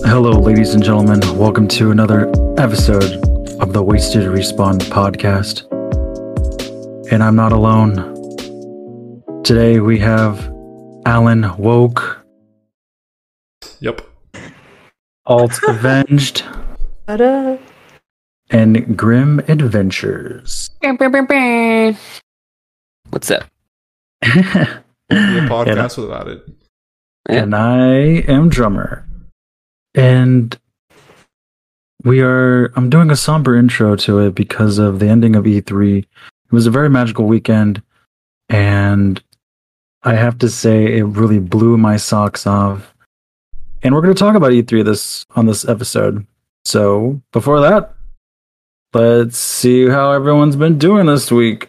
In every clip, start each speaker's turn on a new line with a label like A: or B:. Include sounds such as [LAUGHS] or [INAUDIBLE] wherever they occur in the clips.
A: ladies and gentlemen. Welcome to another episode of the Wasted Respawn podcast. And I'm not alone. Today we have Alan Woke,
B: Yep. [LAUGHS]
A: Alt Avenged,
C: Ta-da.
A: and Grim
B: [LAUGHS]
A: Adventures.
D: What's up?
B: Be a
A: And I-
B: podcast without it.
A: and I am drummer. And we are I'm doing a somber intro to it because of the ending of E3. It was a very magical weekend and I have to say it really blew my socks off. And we're going to talk about E3 this on this episode. So, before that, let's see how everyone's been doing this week.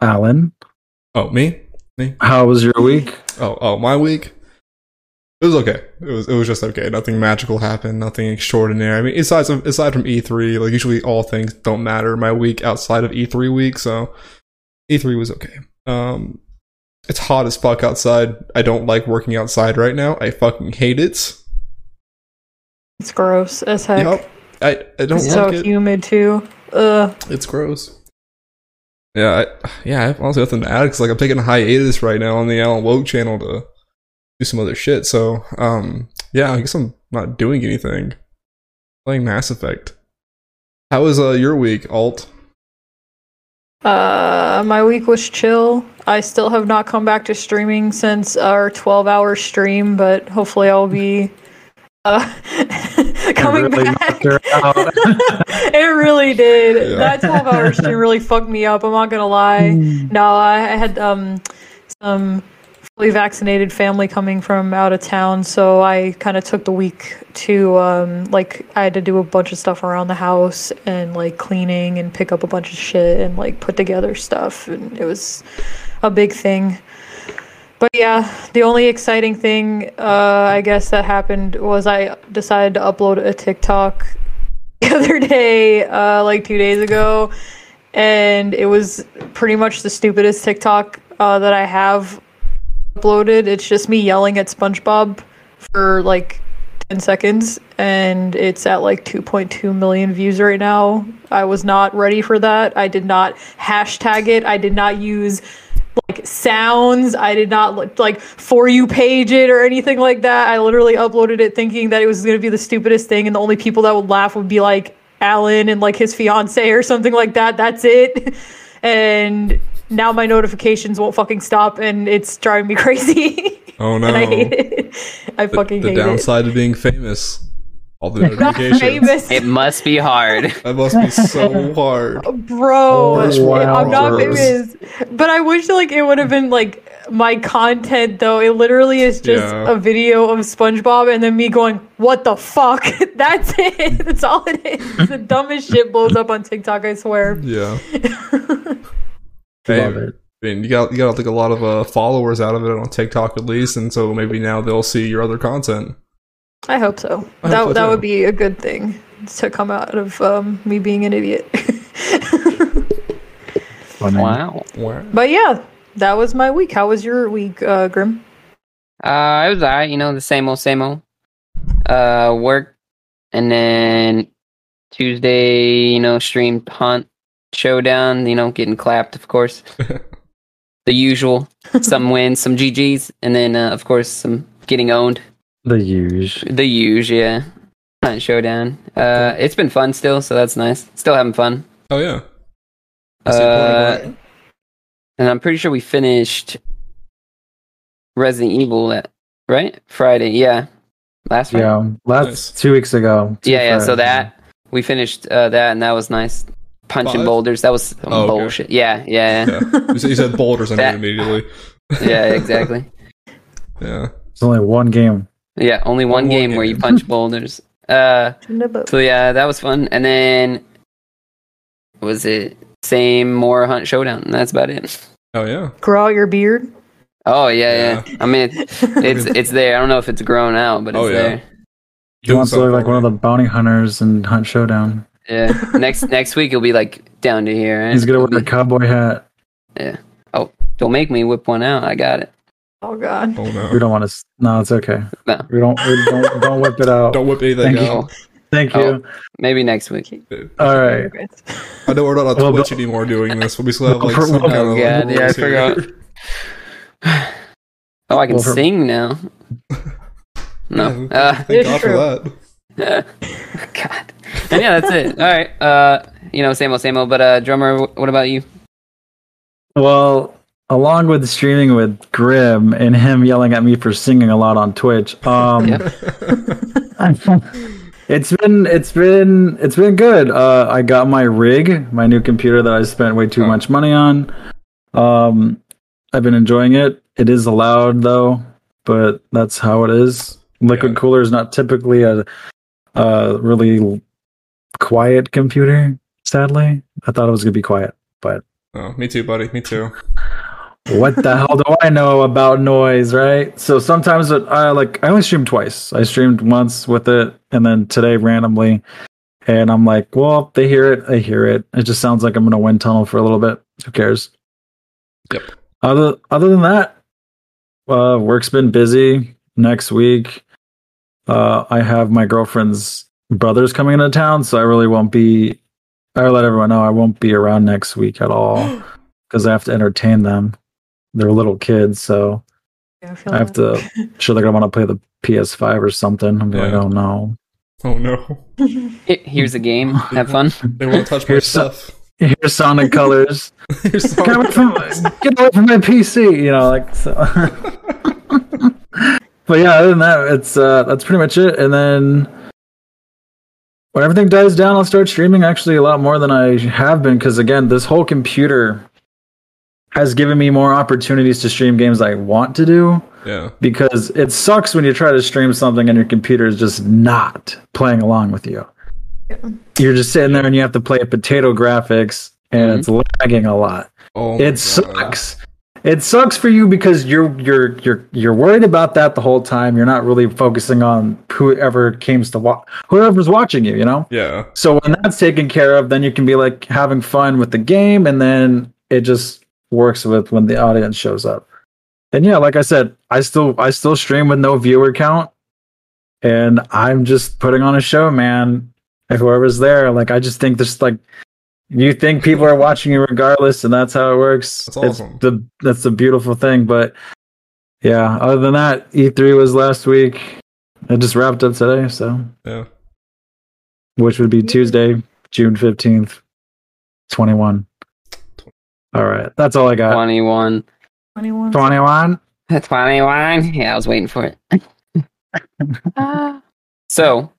A: Alan,
B: Oh, me? Me?
A: how was your week?
B: Oh, oh, my week. It was okay. It was it was just okay. Nothing magical happened. Nothing extraordinary. I mean, aside from aside from E three, like usually all things don't matter. My week outside of E three week, so E three was okay. Um, it's hot as fuck outside. I don't like working outside right now. I fucking hate it.
C: It's gross as heck.
B: Yep. I I don't
C: it's so
B: like it.
C: humid too. Ugh.
B: It's gross. Yeah, I, yeah. I have honestly nothing to add because like I'm taking a hiatus right now on the Alan Woke channel to do some other shit. So um, yeah, I guess I'm not doing anything. Playing Mass Effect. How was uh your week, Alt?
C: Uh, my week was chill. I still have not come back to streaming since our 12 hour stream, but hopefully I'll be uh, [LAUGHS] coming
A: really knocked
C: back.
A: her out.
C: [LAUGHS] it really did.
B: Yeah.
C: That 12 hour stream really fucked me up. I'm not gonna lie. No, I I had um, some fully vaccinated family coming from out of town, so I kind of took the week to um, like I had to do a bunch of stuff around the house and like cleaning and pick up a bunch of shit and like put together stuff, and it was a big thing. But yeah, the only exciting thing uh, I guess that happened was I decided to upload a TikTok the [LAUGHS] other day, uh, like two days ago, and it was pretty much the stupidest TikTok uh, that I have uploaded. It's just me yelling at SpongeBob for like 10 seconds, and it's at like 2.2 million views right now. I was not ready for that. I did not hashtag it, I did not use like sounds. I did not li- like for you page it or anything like that. I literally uploaded it thinking that it was going to be the stupidest thing, and the only people that would laugh would be like Alan and like his fiance or something like that. That's it. [LAUGHS] And now my notifications won't fucking stop, and it's driving me [LAUGHS] crazy.
B: Oh no,
C: and [LAUGHS] I hate it. I
B: The,
C: fucking
B: the
C: hate
B: downside of being famous. All
C: [LAUGHS]
B: the
C: it. [LAUGHS] Not
B: notifications.
C: famous,
D: It must be hard.
B: that must be so
C: [LAUGHS]
B: hard.
C: bro.
A: Worst
C: I'm not
A: worst.
C: famous, but I wish like it would have been like my content though. It literally is just
B: Yeah.
C: a video of SpongeBob and then me going, "What the fuck?" [LAUGHS] That's it. [LAUGHS] That's all it is. The dumbest shit blows up on TikTok. I swear.
A: [LAUGHS]
B: Yeah.
A: Love
B: Hey,
A: it.
B: I mean, you got you got like a lot of uh, followers out of it on TikTok at least, and so maybe now they'll see your other content.
C: I hope so.
B: I hope
C: that
B: so,
C: that
B: too.
C: would be a good thing to come out of um, me being an idiot. [LAUGHS]
A: Funny.
D: Wow.
B: [LAUGHS] Wow.
C: but yeah, that was my week. How was your week, uh, Grim?
D: Uh, I was alright, you know, the same old, same old. Uh, work, and then Tuesday, you know, streamed Hunt Showdown. You know, getting clapped, of course. the usual. Some wins, some GGs, and then uh, of course some getting owned.
A: The huge.
D: The usual, yeah. Hunt Showdown. Uh, it's been fun still, so that's nice. Still having fun.
B: Oh yeah. Is it
D: Uh,
B: playing
D: and I'm pretty sure we finished Resident Evil that right Friday. Yeah, last Friday.
A: Yeah, last
B: Nice.
A: two weeks ago. two
D: Yeah, yeah. So
A: Fridays
D: that we finished uh, that, and that was nice. Punching
B: Five?
D: boulders. That was some
B: Oh, okay.
D: bullshit. Yeah, [LAUGHS] yeah,
B: [LAUGHS]
D: yeah,
B: Yeah. You said, you said boulders I knew
D: That-
B: immediately.
D: yeah. Exactly.
B: Yeah.
A: ago. It's only one game.
D: Yeah, only one
B: One
D: game where you
B: game. [LAUGHS]
D: punch boulders. Uh, so yeah, that was fun. And then was it same more hunt showdown? And that's about it.
B: Oh yeah.
C: Grow out your beard. [LAUGHS]
D: Oh yeah, yeah. I mean, it,
B: [LAUGHS]
D: it's it's there. I don't know if it's grown out, but it's
B: Oh, yeah.
D: there.
A: He wants to look like one of the bounty hunters in Hunt Showdown.
D: Yeah. Next next week it'll be like down to here. Right?
A: He's gonna
D: It'll
A: wear a
D: be-
A: cowboy hat.
D: Don't make me whip one out. I got it.
C: Oh god.
B: Oh
A: We
B: no!
A: don't want to. No, it's okay.
D: No.
A: We don't. We don't. Don't whip it out.
B: Don't whip anything
A: Thank you.
B: out.
D: Oh,
A: Thank
D: Oh.
A: you.
D: maybe next week. Oh.
A: All right.
B: I know we're not on
A: Well,
B: Twitch
A: but-
B: anymore doing this, but we still have
A: [LAUGHS]
B: like
A: Well,
B: some
A: for-
B: kind of
D: oh,
B: like,
D: God, yeah, I
B: rules
A: [LAUGHS]
B: here.
D: forgot. Oh, I can
A: Well, her- [LAUGHS]
D: sing now. No.
B: [LAUGHS]
D: Uh, [LAUGHS]
B: Thank
C: It's
B: God
C: true.
B: for that.
D: God. And yeah,
A: [LAUGHS]
D: that's it. All right. Uh, you know, same old, same old. But uh, drummer, wh- what about you?
A: Well, along with streaming with Grim and him yelling at me for singing a lot on Twitch, um,
D: Yeah.
A: [LAUGHS] it's been it's been it's been good. Uh, I got my rig, my new computer that I spent way too
D: Oh.
A: much money on. Um, I've been enjoying it. It is allowed though, but that's how it is. Liquid
B: Yeah.
A: cooler is not typically a, a really quiet computer. Sadly, I thought it was gonna be quiet.
B: [LAUGHS] Oh, me too, buddy. Me too.
A: what the hell do I know about noise, right? So sometimes it, I like I only streamed twice. I streamed once with it, and then today randomly, and I'm like, well, they hear it, I hear it. It just sounds like I'm in a wind tunnel for a little bit. Who cares?
B: Yep.
A: Other other than that, uh, work's been busy. Next week, uh, I have my girlfriend's brothers coming into town, so I really won't be. I let everyone know I won't be around next week at all because I have to entertain them. They're little kids, so
C: Yeah, I, feel
A: I have
C: that.
A: to. Sure, they're gonna want to play the PS5 or something. I'm like,
B: Yeah.
A: oh no.
B: Oh no!
D: He- Here's a
A: [LAUGHS]
D: game. Have fun.
B: They won't touch my
A: Here's so-
B: stuff. [LAUGHS]
A: Here's Sonic Colors.
B: Here's some-
A: Get away, from, get away from my PC. You know, like so. [LAUGHS] but yeah, other than that, it's uh, that's pretty much it. And then when everything dies down, I'll start streaming actually a lot more than I have been because again, this whole computer has given me more opportunities to stream games I want to do.
B: yeah.
A: because it sucks when you try to stream something and your computer is just not playing along with you. You're just sitting there and you have to play potato graphics and it's lagging a lot.
B: Mm-hmm. Oh, my
A: It
B: God.
A: sucks. It sucks for you because you're you're you're you're worried about that the whole time. You're not really focusing on whoever comes to watch whoever's watching you, you know?
B: Yeah.
A: So when that's taken care of, then you can be like having fun with the game, and then it just works with when the audience shows up. And yeah, like I said, I still I still stream with no viewer count, and I'm just putting on a show, man. And whoever's there, like I just think there's like you think people are watching you regardless, and that's how it works.
B: That's awesome.
A: It's the that's the beautiful thing. But yeah, other than that, E3 was last week. It just wrapped up today, so
B: Yeah.
A: which would be Tuesday, June 15th, 21. All right. That's all I got.
D: 21.
C: 21.
A: 21.
D: 21. Yeah, I was waiting for it. Ah. so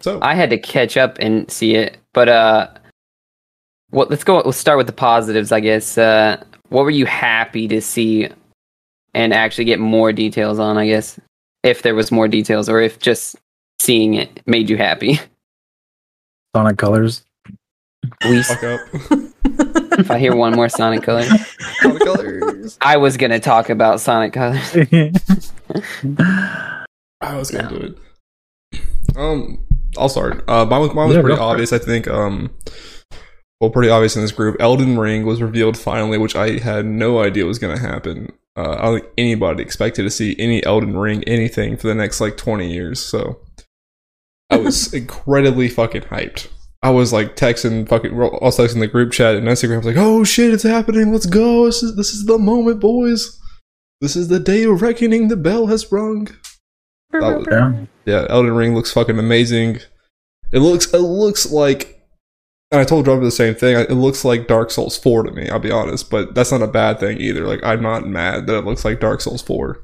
B: So
D: I had to catch up and see it, but uh, what? Let's go. Let's start with the positives, I guess. Uh, what were you happy to see, and actually get more details on? I guess if there was more details, or if just seeing it made you happy. [LAUGHS]
A: Sonic Colors. [LAUGHS]
D: We,
B: fuck up.
D: if I hear one more Sonic color,
B: All the colors.
D: I was gonna talk about Sonic colors.
B: I was gonna do it. Um, I'll start. Uh, mine was mine was
A: Yeah,
B: pretty
A: go for it.
B: obvious. I think. Um, well, pretty obvious in this group. Elden Ring was revealed finally, which I had no idea was gonna happen. Uh, I don't think anybody expected to see any Elden Ring anything for the next like twenty years. So, I was incredibly fucking hyped. I was like texting fucking. I was texting the group chat and Instagram. I was like, "Oh shit, it's happening! Let's go! This is this is the moment, boys! This is the day of reckoning. The bell has rung." That was-
A: Yeah.
B: yeah, Elden Ring looks fucking amazing. It looks it looks like and I told Robert the same thing. It looks like Dark Souls 4 to me, I'll be honest, but that's not a bad thing either. Like I'm not mad that it looks like Dark Souls 4.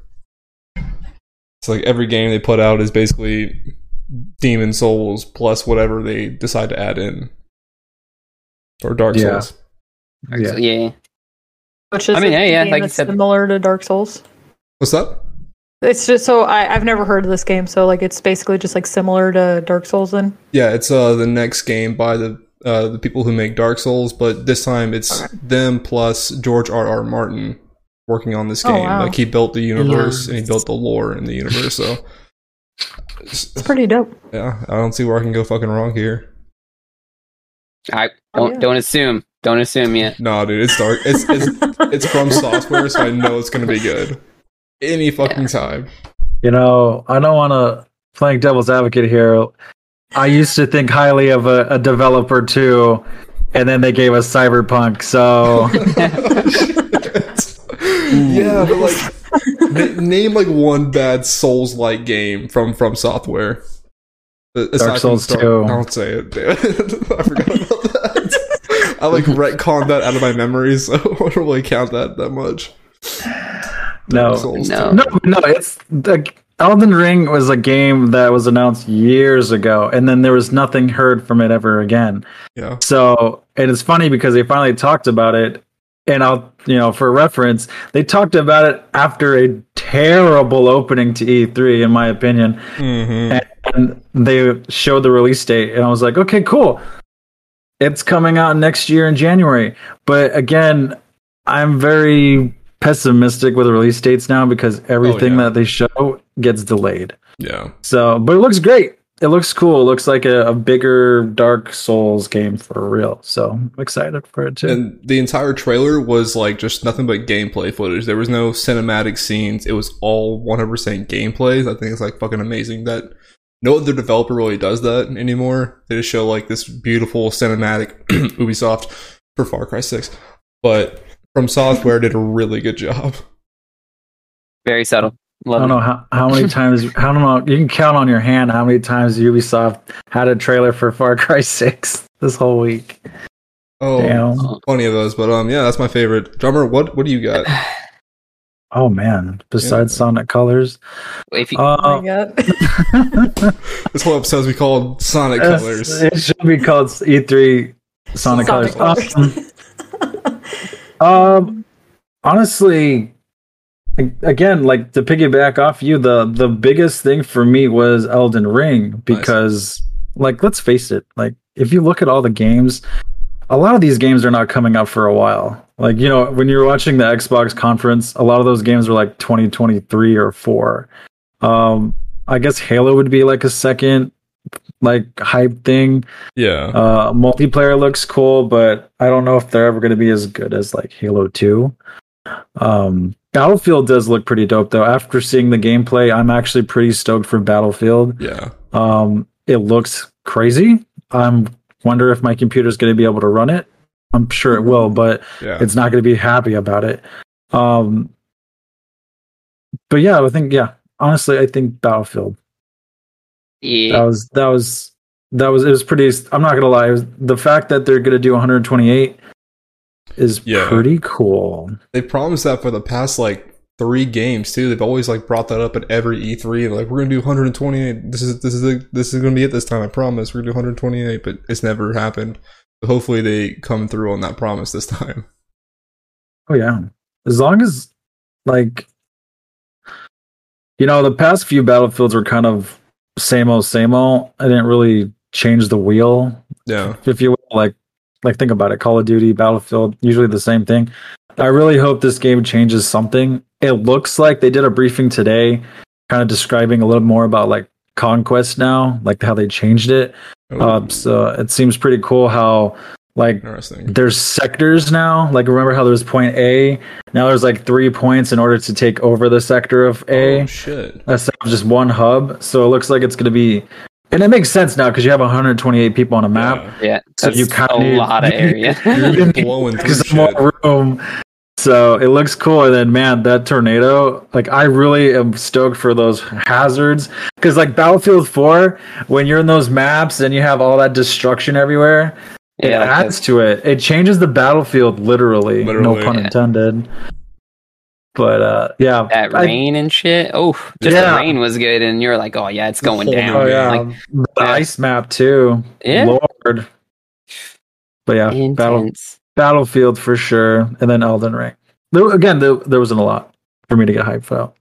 B: It's like every game they put out is basically Demon Souls plus whatever they decide to add in. Or Dark
A: Yeah.
B: Souls.
A: Yeah.
D: So, yeah.
C: Which is
D: I mean,
C: a
D: yeah, yeah,
C: game
D: like you
C: that's
D: said-
C: similar to Dark Souls.
B: What's that?
C: It's just so I, I've never heard of this game, so like it's basically just like similar to Dark Souls. Then
B: Yeah, it's uh the next game by the uh the people who make Dark Souls, but this time it's them plus George R. R. Martin working on this
C: Oh,
B: game.
C: wow.
B: Like he built the universe and he built the lore in the universe, so
C: it's pretty dope. [LAUGHS]
B: yeah, I don't see where I can go fucking wrong here.
D: I
C: Oh,
D: don't
C: yeah.
D: don't assume. Don't assume yet.
B: Nah, dude, it's dark. It's it's it's from software, so I know it's gonna be good. any fucking time.
A: You know, I don't want to playing devil's advocate here. I used to think highly of a, a developer too, and then they gave us Cyberpunk. So
B: [LAUGHS] yeah, but like, na- name like one bad Souls like game from from software. Aside from
A: Souls 2.
B: Don't say it, [LAUGHS] dude. I forgot about that. I like retconned that out of my memory, so [LAUGHS] I don't really count that that much.
A: no,
B: Souls
D: No.
A: No, no, it's like Elden Ring was a game that was announced years ago, and then there was nothing heard from it ever again.
B: Yeah.
A: So, and it's funny because they finally talked about it, and I'll, you know, for reference, they talked about it after a terrible opening to E3, in my opinion,
B: Mm-hmm.
A: and they showed the release date, and I was like, okay, cool. It's coming out next year in January. But again, I'm very pessimistic with release dates now because everything
B: yeah.
A: that they show gets delayed.
B: Yeah.
A: So, but it looks great. It looks cool. It looks like a, a bigger Dark Souls game for real. So I'm excited for it too.
B: And the entire trailer was like just nothing but gameplay footage. There was no cinematic scenes. It was all 100% gameplays. I think it's like fucking amazing that no other developer really does that anymore. They just show like this beautiful cinematic [CLEARS THROAT] Ubisoft for Far Cry 6. But from software did a really good job.
D: Very subtle.
A: I
D: Love
A: don't know how, how
B: um,
A: many
B: [LAUGHS]
A: times I don't know you can count on your hand how many times Ubisoft had a trailer for Far Cry [LAUGHS] Six this whole week.
B: Oh,
A: Damn.
B: plenty of those. But um, yeah, that's my favorite. Drummer, what what do you got?
A: Oh man! Besides
B: Yeah.
A: Sonic Colors,
D: it. If you,
A: uh,
B: This whole episode's we called Sonic
A: Uh, [LAUGHS]
B: Colors.
A: it should be called E3 [LAUGHS] Sonic, Colors. Um,
C: [LAUGHS]
A: Um, honestly, a- again, like to piggyback off you, the the biggest thing for me was Elden Ring because, like, let's face it, like if you look at all the games, a lot of these games are not coming out for a while. Like you know, when you're watching the Xbox conference, a lot of those games were like 2023 or four. Um, I guess Halo would be like a second like hype thing.
B: Yeah.
A: Uh, multiplayer looks cool, but I don't know if they're ever going to be as good as like Halo 2. Um, Battlefield does look pretty dope though. After seeing the gameplay, I'm actually pretty stoked for Battlefield.
B: Yeah.
A: Um, it looks crazy. I'm wonder if my computer's going to be able to run it. I'm sure it will, but
B: Yeah.
A: it's not going to be happy about it. Um, but yeah, I think yeah. Honestly, I think Battlefield that
D: yeah,
A: was that was that was it was pretty i'm not gonna lie it was, the fact that they're gonna do 128 is
B: Yeah.
A: pretty cool
B: they promised that for the past like three games too. They've always like brought that up at every E3. Like we're gonna do 128. This is this is the, this is gonna be it this time. I promise. We're gonna do 128, but it's never happened. So hopefully they come through on that promise this [LAUGHS] time.
A: oh yeah as long as like you know the past few battlefields were kind of same old same old i didn't really change the wheel
B: Yeah.
A: if you will like like think about it call of duty battlefield usually the same thing i really hope this game changes something it looks like they did a briefing today kind of describing a little more about like conquest now like how they changed it
B: Oh,
A: uh,
D: Um,
A: so it seems pretty cool how like
B: interesting.
A: there's sectors now like remember how there was point a now there's like three points in order to take over the sector of a
B: Oh shit.
A: instead of just one hub so it looks like it's going to be and it makes sense now because you have 128 people on a map
D: yeah.
A: so
D: That's
A: you kinda
D: a
A: need-
D: lot of area.
A: [LAUGHS]
B: Yeah. You're blowing through
A: because
B: shit.
A: more room. So it looks cool, and then man, that tornado! Like I really am stoked for those hazards because like Battlefield Four, when you're in those maps and you have all that destruction everywhere, it
D: [LAUGHS] yeah, like
A: adds to it. It changes the battlefield literally,
B: Literally.
A: no pun
D: Yeah.
A: intended. But uh, yeah,
D: that
A: I-
D: rain and shit. Oh, just
A: Yeah.
D: the rain was good, and you're like, oh yeah, it's going
B: whole
D: down.
A: oh yeah,
D: Like,
A: the
D: yeah.
A: ice map too.
D: Yeah.
A: Lord. But yeah, battle
D: intense.
A: Battlefield for sure, and then Elden Ring. There, again, there, there wasn't a lot for me to get hyped about.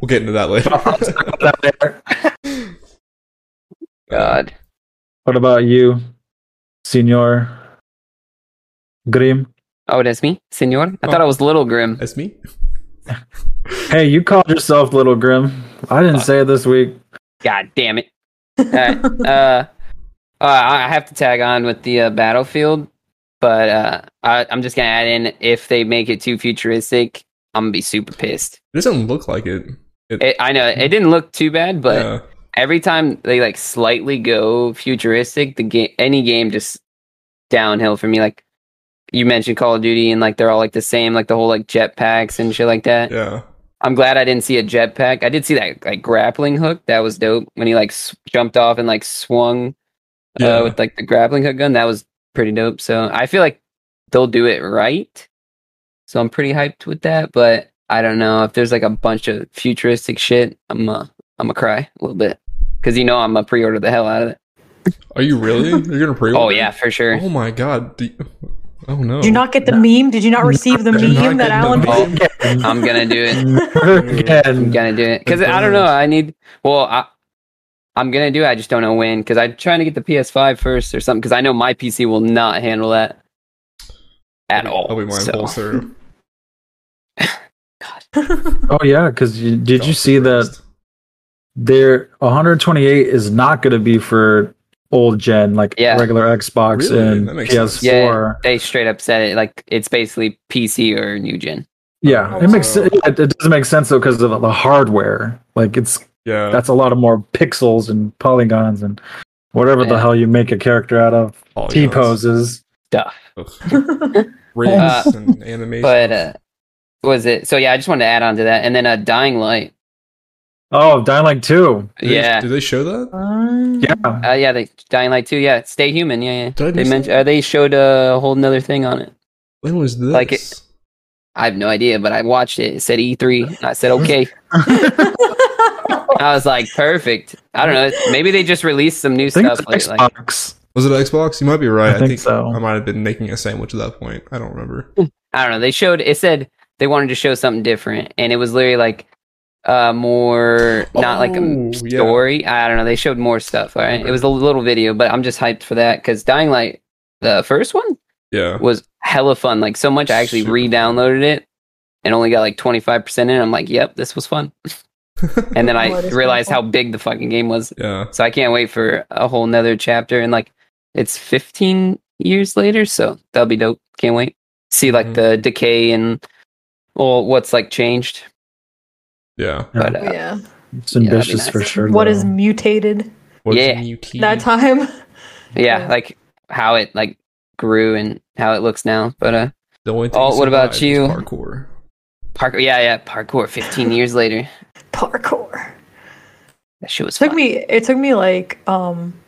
B: We'll get into that
D: [LAUGHS] Oh,
B: later.
D: God,
A: What about you, Senor Grim?
D: oh, that's me, Senor. I thought I was Little Grim.
B: That's me.
A: Hey, you called yourself Little Grim. I didn't say it this
D: [LAUGHS]
A: week.
D: God damn it. Alright, uh, [LAUGHS] uh, I I have to tag on with the uh, Battlefield, but uh, I, I'm just going to add in if they make it too futuristic, I'm gonna be super pissed.
B: It doesn't look like it.
D: It, I know it didn't look too bad, but
B: yeah.
D: every time they like slightly go futuristic, the game any game just downhill for me. Like you mentioned Call of Duty, and like they're all like the same, like the whole like jetpacks and shit like that.
B: yeah.
D: I'm glad I didn't see a jetpack. I did see that like grappling hook. That was dope when he like s- jumped off and like swung
B: Yeah.
D: uh, with like the grappling hook gun. That was pretty dope. So I feel like they'll do it right. So I'm pretty hyped with that. But I don't know if there's like a bunch of futuristic shit. I'm uh, I'm gonna cry a little bit because you know I'm gonna pre-order the hell out of it.
B: Are you really? You're gonna pre-order?
D: Oh yeah, for sure.
B: Oh my god. Do you- oh no.
C: Did you not get the meme? Did you not receive the
A: Did
B: you not
C: meme
B: get
C: that
B: the
C: Alan?
B: meme?
D: Oh, I'm gonna do it. I'm
A: Again.
D: gonna do it because I don't know. I need. Well, I, I'm gonna do it. I just don't know when because I'm trying to get the PS5 first or something because I know my PC will not handle that at all.
B: I'll be mine
D: so.
B: full syrup.
A: Oh yeah, because did you
B: Jesus
A: see that
B: Christ.
A: there 128 is not going to be for old gen like
D: Yeah.
A: regular Xbox
B: Really?
A: and
B: That makes sense.
A: PS4.
D: Yeah, they straight up said it like it's basically PC or new gen.
A: Yeah,
B: Oh,
A: it makes
B: so-
A: it, it doesn't make sense though because of the hardware. Like it's
B: Yeah.
A: that's a lot of more pixels and polygons and whatever the
D: Yeah.
A: hell you make a character out of.
B: Oh,
A: T
B: yeah, that's-
A: poses.
B: Ugh. Rigs
D: Uh,
B: and animation.
D: But uh, what was it? So yeah, I just wanted to add on to that and then a uh, Dying Light.
A: Oh, Dying Light two.
B: Did they-
D: yeah,
B: Did they show that?
C: [LAUGHS]
A: Yeah, [LAUGHS]
D: uh, yeah, they, Dying Light too. Yeah, Stay Human. Yeah, yeah.
B: Did I
D: They
B: miss
D: mentioned
B: that?
D: uh, they showed a whole nother thing on it.
B: When was this?
D: Like it- I have no idea, but I watched it. It said E3. And
B: [LAUGHS]
D: I said, okay. I was like, perfect. I don't know. Maybe they just released some new
A: I think
D: stuff.
A: it's
D: Like, like,
A: Xbox.
B: Was it Xbox? You might be right.
A: I think so.
B: I might have been making a sandwich at that point. I don't remember.
D: I don't know. They showed, it said they wanted to show something different. And it was literally like uh, more, not like
B: Oh,
D: a
B: yeah.
D: story. I don't know. They showed more stuff. All right. It was a little video, but I'm just hyped for that because Dying Light, the first one,
B: Yeah.
D: was hella fun. Like, so much. I actually
B: Super
D: re downloaded it and only got like 25% in. I'm like, yep, this was fun. And then
C: Oh,
D: I
C: it is
D: realized how
C: fun.
D: big the fucking game was.
B: yeah.
D: So I can't wait for a whole nother chapter. And like, it's 15 years later, so that'll be dope. Can't wait. See like
B: Mhm.
D: the decay and well, what's like changed.
B: Yeah.
D: But uh,
C: Oh, yeah.
A: It's
D: that'd be
A: ambitious
D: nice.
A: for sure.
C: What
A: though.
C: is [LAUGHS] mutated
B: What's
D: Yeah.
B: new tea?
C: that time? [LAUGHS]
D: yeah,
C: Yeah.
D: like how it like grew and how it looks now. But uh,
B: The only thing
D: Oh,
B: he
D: what
B: survived
D: about
B: was
D: you?
B: Parkour.
D: park, yeah, yeah, parkour. 15 years later,
C: Parkour.
D: that shit was
C: It took
D: fun.
C: me it took me like um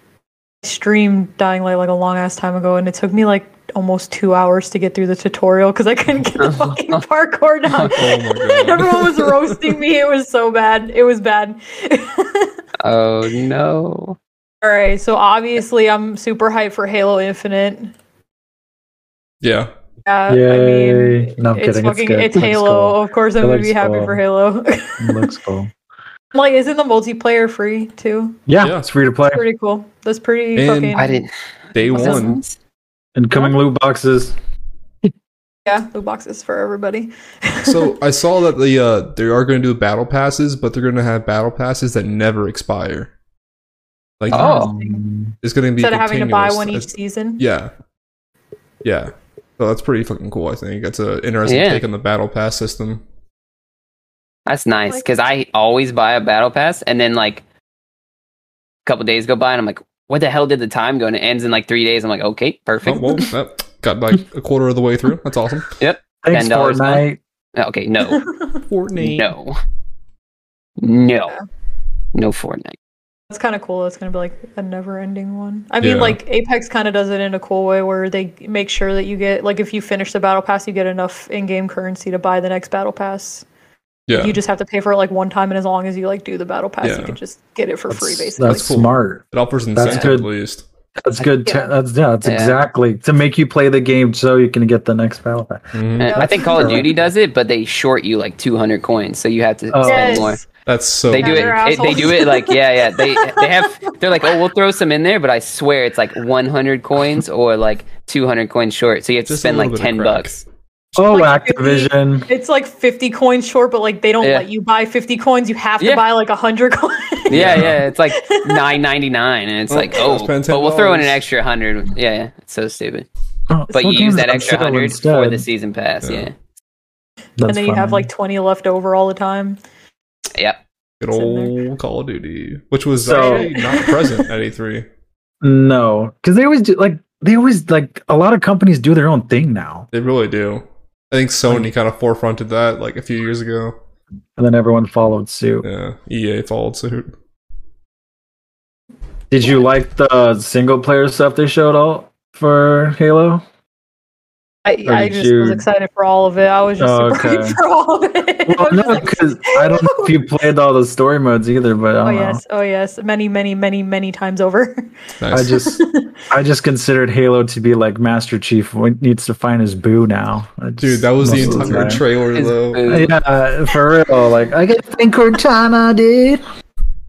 C: I streamed Dying Light like a long ass time ago and it took me like almost two hours to get through the tutorial because I
A: [LAUGHS]
C: couldn't get the fucking parkour down. [LAUGHS]
B: Oh my God.
C: Everyone was roasting me. It was so bad. It was bad. [LAUGHS]
D: Oh no.
C: All right, so obviously I'm super hyped for Halo Infinite.
B: Yeah.
C: Yeah, I
A: Yay.
C: mean,
A: No, I'm
C: it's
A: kidding. It's
C: fucking
A: good.
C: it's
A: It looks
C: Halo.
A: cool.
C: Of course, I'm
A: It
C: gonna
A: looks
C: be happy
A: cool.
C: for Halo. [LAUGHS]
A: Looks cool.
C: like, isn't the multiplayer free too?
A: Yeah,
B: Yeah.
A: it's free to play
C: Pretty cool. That's pretty
B: And-
C: fucking.
D: I didn't.
B: Day
D: was that
B: one.
D: nice?
A: and coming loot boxes.
C: Yeah, loot boxes for everybody.
B: so I saw that the uh, they are going to do battle passes, but they're going to have battle passes that never expire. Like
D: Oh.
A: Um,
B: it's going to be
C: Instead of having to buy one each
B: continuous.
C: season.
B: Yeah. Yeah. So that's pretty fucking cool, I think. That's an interesting
D: Yeah.
B: take on the battle pass system.
D: That's nice
C: Like-
D: because I always buy a battle pass and then like a couple days go by and I'm like, what the hell did the time go? And it ends in like three days. I'm like, okay,
B: Oh,
D: perfect.
B: well, that got like a quarter of the way through. That's awesome.
A: Thanks,
D: $10 now.
A: Fortnite.
D: Okay, no,
C: [LAUGHS]
B: Fortnite.
D: no, no,
C: Yeah.
D: no Fortnite.
C: That's kind of cool. It's going to be like a never ending one. I mean,
B: Yeah.
C: like, Apex kind of does it in a cool way where they make sure that you get, like, if you finish the battle pass, you get enough in game currency to buy the next battle pass.
B: Yeah.
C: You just have to pay for it, like, one time. And as long as you, like, do the battle pass,
B: Yeah.
C: you can just get it for
A: That's,
C: free, basically.
A: that's
B: cool.
A: smart.
B: It offers
A: That's
B: incentive at
A: good.
B: least.
A: That's good. te-
C: Yeah.
A: that's yeah. That's
D: Yeah.
A: exactly to make you play the game so you can get the next battle pass.
B: Mhm.
D: And I think Call of
A: Correct.
D: Duty does it, but they short you like 200 coins, so you have to
A: Oh.
D: spend more.
B: That's so
D: They do
C: Yeah,
D: it,
B: good.
C: they're
D: it. They do it
C: assholes.
D: like yeah, yeah.
C: [LAUGHS]
D: They they have. They're like, oh, we'll throw some in there, but I swear it's like 100 coins or like 200 coins short. So you have to
B: Just a
D: spend
B: little
D: like
B: bit of
D: 10
B: crack.
D: bucks.
A: Oh,
C: Like,
A: Activision.
C: It's like 50 coins short, but, like, they don't
D: Yeah.
C: let you buy 50 coins. You have to
D: Yeah.
C: buy, like, 100 [LAUGHS] coins.
D: Yeah, yeah, it's like nine ninety nine, and it's
B: Oh,
D: like
B: I'll
D: oh,
B: spend
D: but we'll throw in an
B: $10.
D: extra hundred. Yeah, yeah, it's so stupid.
A: Oh,
D: But you
A: sometimes
D: use that
A: I'm
D: extra
A: sure
D: hundred
A: instead.
D: for the season pass.
B: Yeah.
D: Yeah,
C: and then you have like 20 left over all the time.
D: Yep.
B: Good
C: It's in
B: old Call of Duty, which was
A: So-
B: actually not present at E E3.
A: no, because they always do like they always like a lot of companies do their own thing now,
B: They really do. I think
D: Um,
B: Sony kind of forefronted that like a few years ago.
A: and then everyone followed suit.
B: Yeah, EA followed suit.
A: Did you like the single player stuff they showed all for Halo?
C: I, I
A: did
C: just was
A: you-
C: excited for all of it. I was just
A: Oh,
C: super
A: okay.
C: hyped for all of it.
A: Well,
C: [LAUGHS] I was
A: no,
C: just like,
A: because I don't know if you played all the story modes either, but
C: Oh
A: I don't know.
C: yes, oh yes, many, many, many, many times over. [LAUGHS]
B: Nice.
A: I just I just considered Halo to be like Master Chief when- needs to find his boo now. I just-
B: Dude, that was the
A: most of
B: entire
A: time.
B: trailer
D: It's
B: though.
D: boo.
A: Yeah, for real. Like I get think Cortana, dude.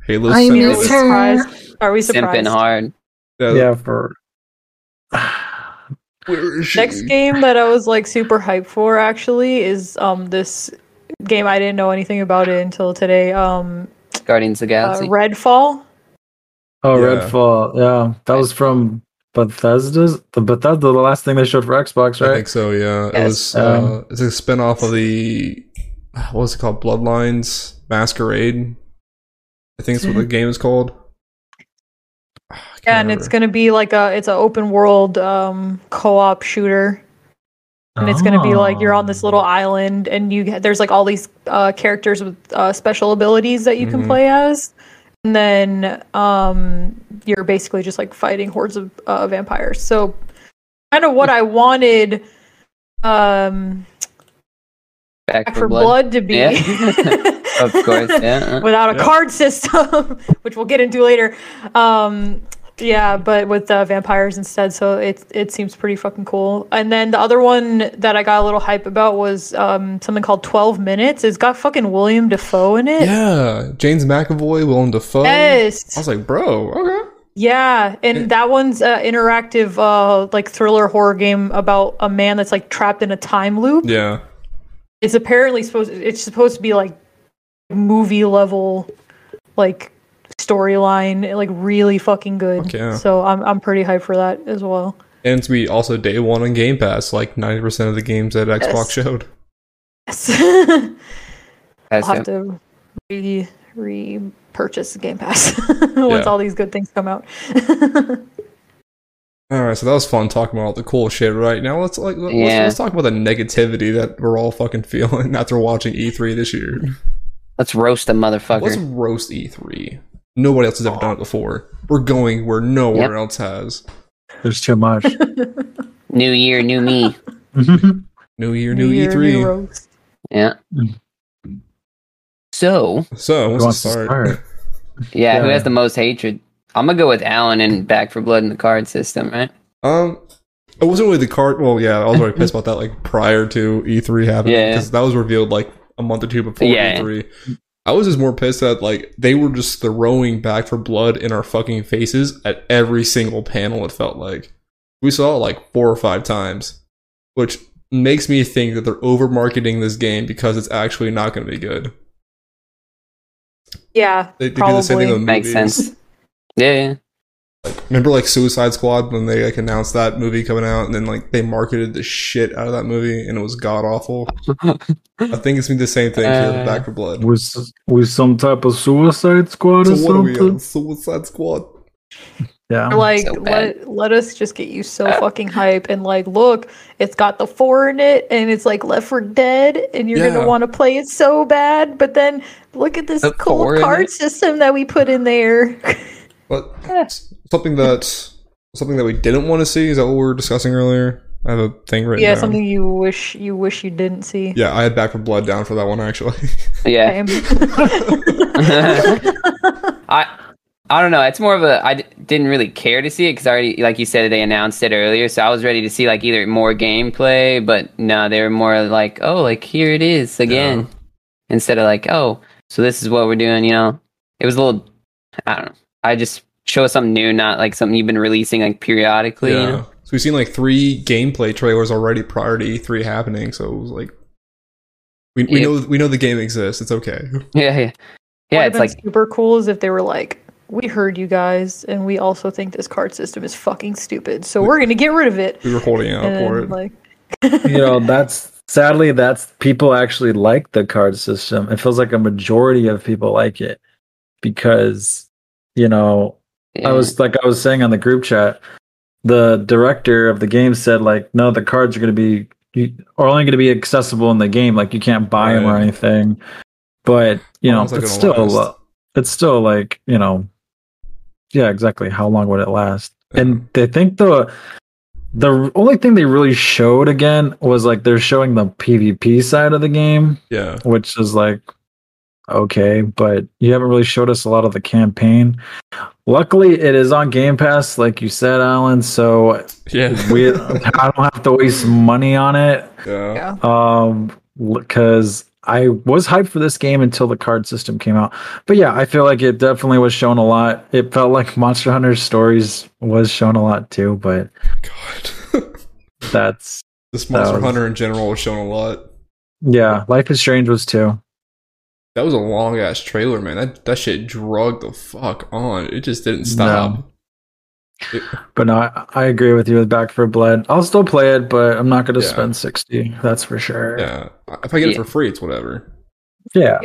B: Halo
A: I
C: Are we
A: miss
B: Sentinels.
A: her.
C: surprised? Are we
D: Simping
C: surprised?
D: hard.
A: Yeah, for
B: Where is she?
C: Next game that I was like super hyped for actually is um this game I didn't know anything about it until today. Um,
D: Guardians of the
C: uh,
D: Galaxy.
C: Redfall.
A: oh
B: Yeah.
A: Redfall. Yeah, that was from Bethesda's. The Bethesda, the last thing they showed for Xbox,
B: I
A: right?
B: think so. Yeah, it
D: Yes.
B: was.
C: um,
B: uh, it's a spinoff of the ah, what was it called? Bloodlines Masquerade. I think that's what the game is called. Ah, I can't
C: Mm-hmm. Yeah, and it's
B: remember.
C: gonna be like a it's an open world um co-op shooter. and it's going to be like you're on this little
A: Ah.
C: island and you there's like all these uh, characters with uh, special abilities that you
B: Mhm.
C: can play as and then um, you're basically just like fighting hordes of uh, vampires so kind of what i wanted um,
D: Back
C: back for blood. to be
D: Yeah.
C: [LAUGHS]
D: Of course, yeah. uh,
C: without a
B: Yeah.
C: card system [LAUGHS] which we'll get into later um, yeah, but with uh, vampires instead, so it it seems pretty fucking cool. And then the other one that I got a little hype about was um, something called Twelve Minutes. It's got fucking William Defoe in it.
B: Yeah, Oh, James McAvoy, Willem Dafoe. I
C: Yes,
B: was like, bro, okay.
C: yeah, and that one's an interactive, uh, like thriller horror game about a man that's like trapped in a time loop.
B: Yeah,
C: It's apparently supposed it's supposed to be like movie level, like storyline, like really fucking good.
B: Fuck yeah.
C: So I'm I'm pretty hyped for that as well.
B: and to be also day one on Game Pass, like ninety percent of the games that Xbox
C: Yes.
B: showed.
C: Yes. I'll
D: that's
C: have
D: it.
C: to re repurchase the Game Pass [LAUGHS] once
B: Yeah.
C: all these good things come out.
B: All right, so that was fun talking about all the cool shit. Right now, let's like let's,
D: Yeah.
B: let's talk about the negativity that we're all fucking feeling [LAUGHS] after watching E3 this year.
D: Let's roast a
B: Let's
D: motherfucker.
B: roast E3. Nobody else has ever done it before. We're going where no one
D: Yep.
B: else has.
A: There's too
C: [LAUGHS]
A: much. [LAUGHS]
D: New year, new me.
B: New year, new, E
C: Year,
B: E3.
C: [LAUGHS] new rogues.
D: Yeah.
A: Mm.
D: So,
B: so,
A: Who
B: what's the
A: wants to
B: start?
A: start?
D: yeah, who
A: Yeah.
D: has the most hatred? I'm gonna go with Alan and Back for Blood in the card system, right?
B: Um, it wasn't really the card. Well, yeah, I was already pissed about that.
D: [LAUGHS]
B: Like prior to E3 happening,
D: Yeah.
B: because that was revealed like a month or two before
D: Yeah.
B: E3. I was just more pissed that like they were just throwing back for blood in our fucking faces at every single panel. It felt like we saw it like four or five times, which makes me think that they're over marketing this game because it's actually not going to be good.
C: Yeah.
B: They, they do the same thing with
C: Probably.
D: Makes
B: movies.
D: sense. Yeah, yeah.
B: Remember, like Suicide Squad when they like announced that movie coming out, and then like they marketed the shit out of that movie, and it was god awful. I think it's gonna be the same thing here
D: Uh,
B: with Back for Blood.
A: With s- with some type of Suicide Squad
B: So
A: or
B: what are we
A: something.
B: on? Suicide Squad.
A: Yeah.
C: Like
D: so bad. Uh,
C: let let us just get you so fucking hype and like look, it's got the four in it and it's like Left for Dead and you're
B: Yeah.
C: gonna want to play it so bad. But then look at this
D: The four
C: cool
D: in
C: card
D: it?
C: system that we put in
D: [LAUGHS]
C: there.
B: But something that something that we didn't want to see is that what we were discussing earlier. I have a thing written.
C: yeah,
B: down.
C: something you wish you wish you didn't see.
B: Yeah, I had Back for Blood down for that one actually. [LAUGHS]
D: [LAUGHS] Yeah.
C: [LAUGHS] Same.
D: [LAUGHS] I I don't know. It's more of a I d- didn't really care to see it because already, like you said, they announced it earlier, so I was ready to see like either more gameplay, but no, they were more like, oh, like here it is again, instead of like, oh, so this is what we're doing. You know, it was a little. I don't know. I just show us something new, not like something you've been releasing like periodically. You know? [LAUGHS]
B: So we've seen like three gameplay trailers already prior to E3 happening. So it was like, we, we
D: Yep.
B: know we know the game exists. It's okay.
D: Yeah, yeah, yeah.
C: Would've
D: It's
C: been
D: like
C: super cool is if they were like, "We heard you guys, and we also think this card system is fucking stupid, so we're gonna get rid of it."
B: We were holding out
C: And
B: for
C: then,
B: it.
C: like,
A: you know that's sadly, that's people actually like the card system. It feels like a majority of people like it because, you know, I was like I was saying on the group chat, the director of the game said like, no, the cards are going to be you, are only going to be accessible in the game. Like you can't buy them or
B: Right.
A: anything. But you
B: How
A: know,
B: long's that
A: it's
B: gonna
A: still
B: last?
A: lo- it's still like you know, yeah, exactly. How long would it last? And they think the the only thing they really showed again was like they're showing the PvP side of the game,
B: yeah,
A: which is like okay, but you haven't really showed us a lot of the campaign. Luckily, it is on Game Pass, like you said, Alan. So
B: yeah, [LAUGHS]
A: we, I don't have to waste money on it
B: yeah.
A: um because i was hyped for this game until the card system came out but yeah i feel like it definitely was shown a lot it felt like [LAUGHS] monster hunter stories was shown a lot too but
B: God, [LAUGHS]
A: that's
B: this Monster
A: was-
B: Hunter in general was shown a lot.
A: yeah life is strange was too
B: That was a long ass trailer, man. That that shit drugged the fuck on. It just didn't stop.
A: but no i, I agree with you with back for blood i'll still play it but i'm not going to
B: Yeah.
A: spend 60 that's for sure
B: Yeah, if I get it
D: Yeah.
B: for free, it's whatever.
A: yeah,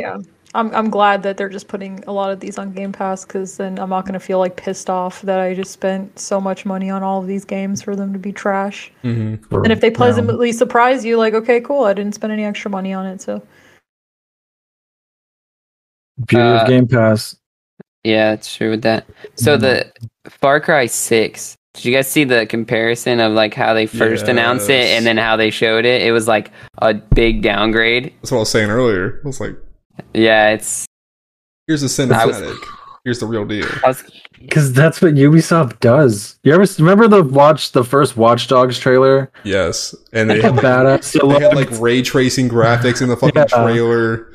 C: I'm, I'm glad that they're just putting a lot of these on Game Pass because then I'm not going to feel like pissed off that I just spent so much money on all of these games for them to be trash.
B: Mm-hmm.
C: And if they
A: Yeah.
C: pleasantly surprise you, like, okay, cool, I didn't spend any extra money on it. So,
A: beauty
D: Uh,
A: of game pass
D: Yeah, it's true with that. So the Far Cry Six. Did you guys see the comparison of like how they first announced it
B: Yes.
D: and then how they showed it? It was like a big downgrade.
B: That's what I was saying earlier. I was like,
D: Yeah, it's.
B: here's the
D: I was-
B: cinematic. Here's the real deal.
D: I was,
A: because that's what ubisoft does you ever s- remember the watch the first watch dogs trailer
B: Yes, and
A: [LAUGHS]
B: they
A: How
B: had, like,
A: badass it
B: they had
A: looked?
B: like ray tracing graphics in the fucking
A: Yeah.
B: trailer.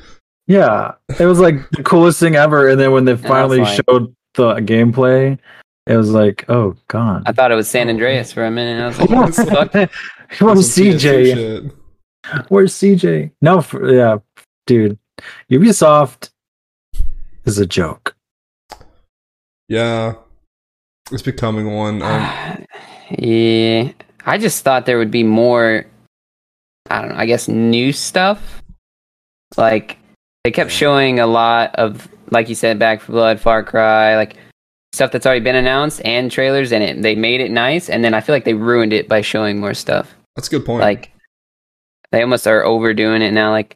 A: Yeah, it was like the coolest thing ever. And then when they finally
D: like-
A: showed the gameplay, it was like, oh god,
D: I thought it was San Andreas for a minute. I was like,
B: thought-
A: Yeah.
D: what the
A: [LAUGHS]
D: fuck?
A: where's
B: Some PS2
A: CJ?
B: shit.
A: Where's CJ? No, for, yeah, dude, Ubisoft is a joke.
B: Yeah, it's becoming one.
D: [SIGHS]
B: Um,
D: yeah, I just thought there would be more. I don't know. I guess new stuff. Like they kept showing a lot of, like you said, Back for Blood, Far Cry, like stuff that's already been announced and trailers, and it they made it nice, and then I feel like they ruined it by showing more stuff.
B: that's a good point.
D: Like they almost are overdoing it now. Like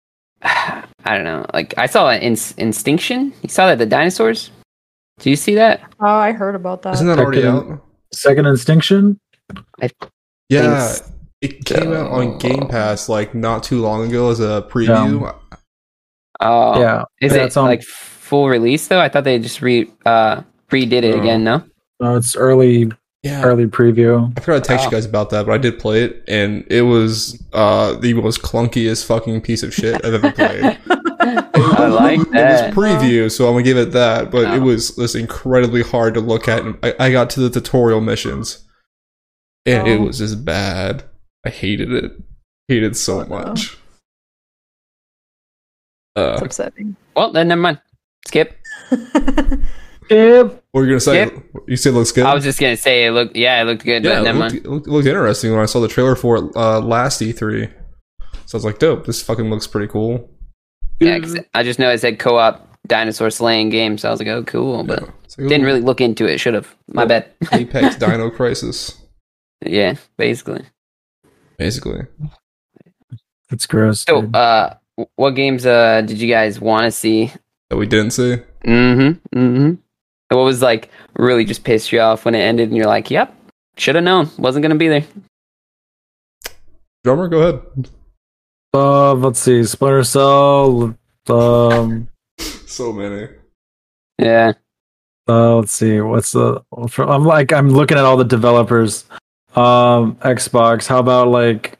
D: [SIGHS] I don't know. Like I saw an ins- Instinction. You saw that the dinosaurs. Do you see that?
C: oh, I heard about that.
B: Isn't that
A: I
B: already
A: couldn't-
B: out?
A: Second Instinction,
B: Yeah,
D: Thanks.
B: it came out on Game Pass like not too long ago as a preview.
D: Oh,
A: yeah,
D: Is
A: Yeah,
D: it
A: it's on-
D: like full release though? I thought they just re uh redid it
B: No.
D: again. No.
A: no, Oh, it's early,
B: Yeah,
A: early preview.
B: I forgot to text
D: Oh.
C: Ah.
B: you guys about that, but I did play it, and it was uh, the most clunkiest fucking piece of shit I've
C: [LAUGHS]
B: ever played.
D: I
B: [LAUGHS]
D: like
B: It
D: that.
B: was preview, so I'm gonna give it that. But it
D: Oh.
B: was just incredibly hard to look at. And I, I got to the tutorial missions, and it
C: Oh.
B: was just bad. I hated it. Hated so
C: Oh, no.
B: much.
C: That's
B: Uh,
C: upsetting. [LAUGHS]
D: Well, then never mind. Skip.
A: Yep.
B: what were you gonna say? You said it looks good.
D: I was just gonna say it looked. Yeah, it looked good.
B: yeah,
D: but
B: it
D: never
B: looked,
D: mind.
B: it looked, it looked interesting when I saw the trailer for it uh, last E3. So I was like, dope. This fucking looks pretty cool.
D: Yeah, 'cause I just know it said co-op dinosaur slaying game, so I was like, oh, cool, but
B: Yeah. It's like,
D: didn't
B: ooh,
D: really look into it. Should have. My
B: Yeah.
D: bad. [LAUGHS]
B: Apex Dino Crisis,
D: yeah, basically.
B: basically.
A: It's gross.
D: So,
A: dude.
D: uh, w- what games uh did you guys want to see?
B: That we didn't see.
D: Mm-hmm. Mm-hmm. What was like really just pissed you off when it ended, and you're like, yep, should have known, wasn't gonna be there.
B: Drummer, go ahead.
A: Uh, let's see, Splinter Cell. Um,
B: [LAUGHS] So many.
D: Yeah.
A: Uh, let's see. What's the? I'm like I'm looking at all the developers. Um, Xbox. How about like,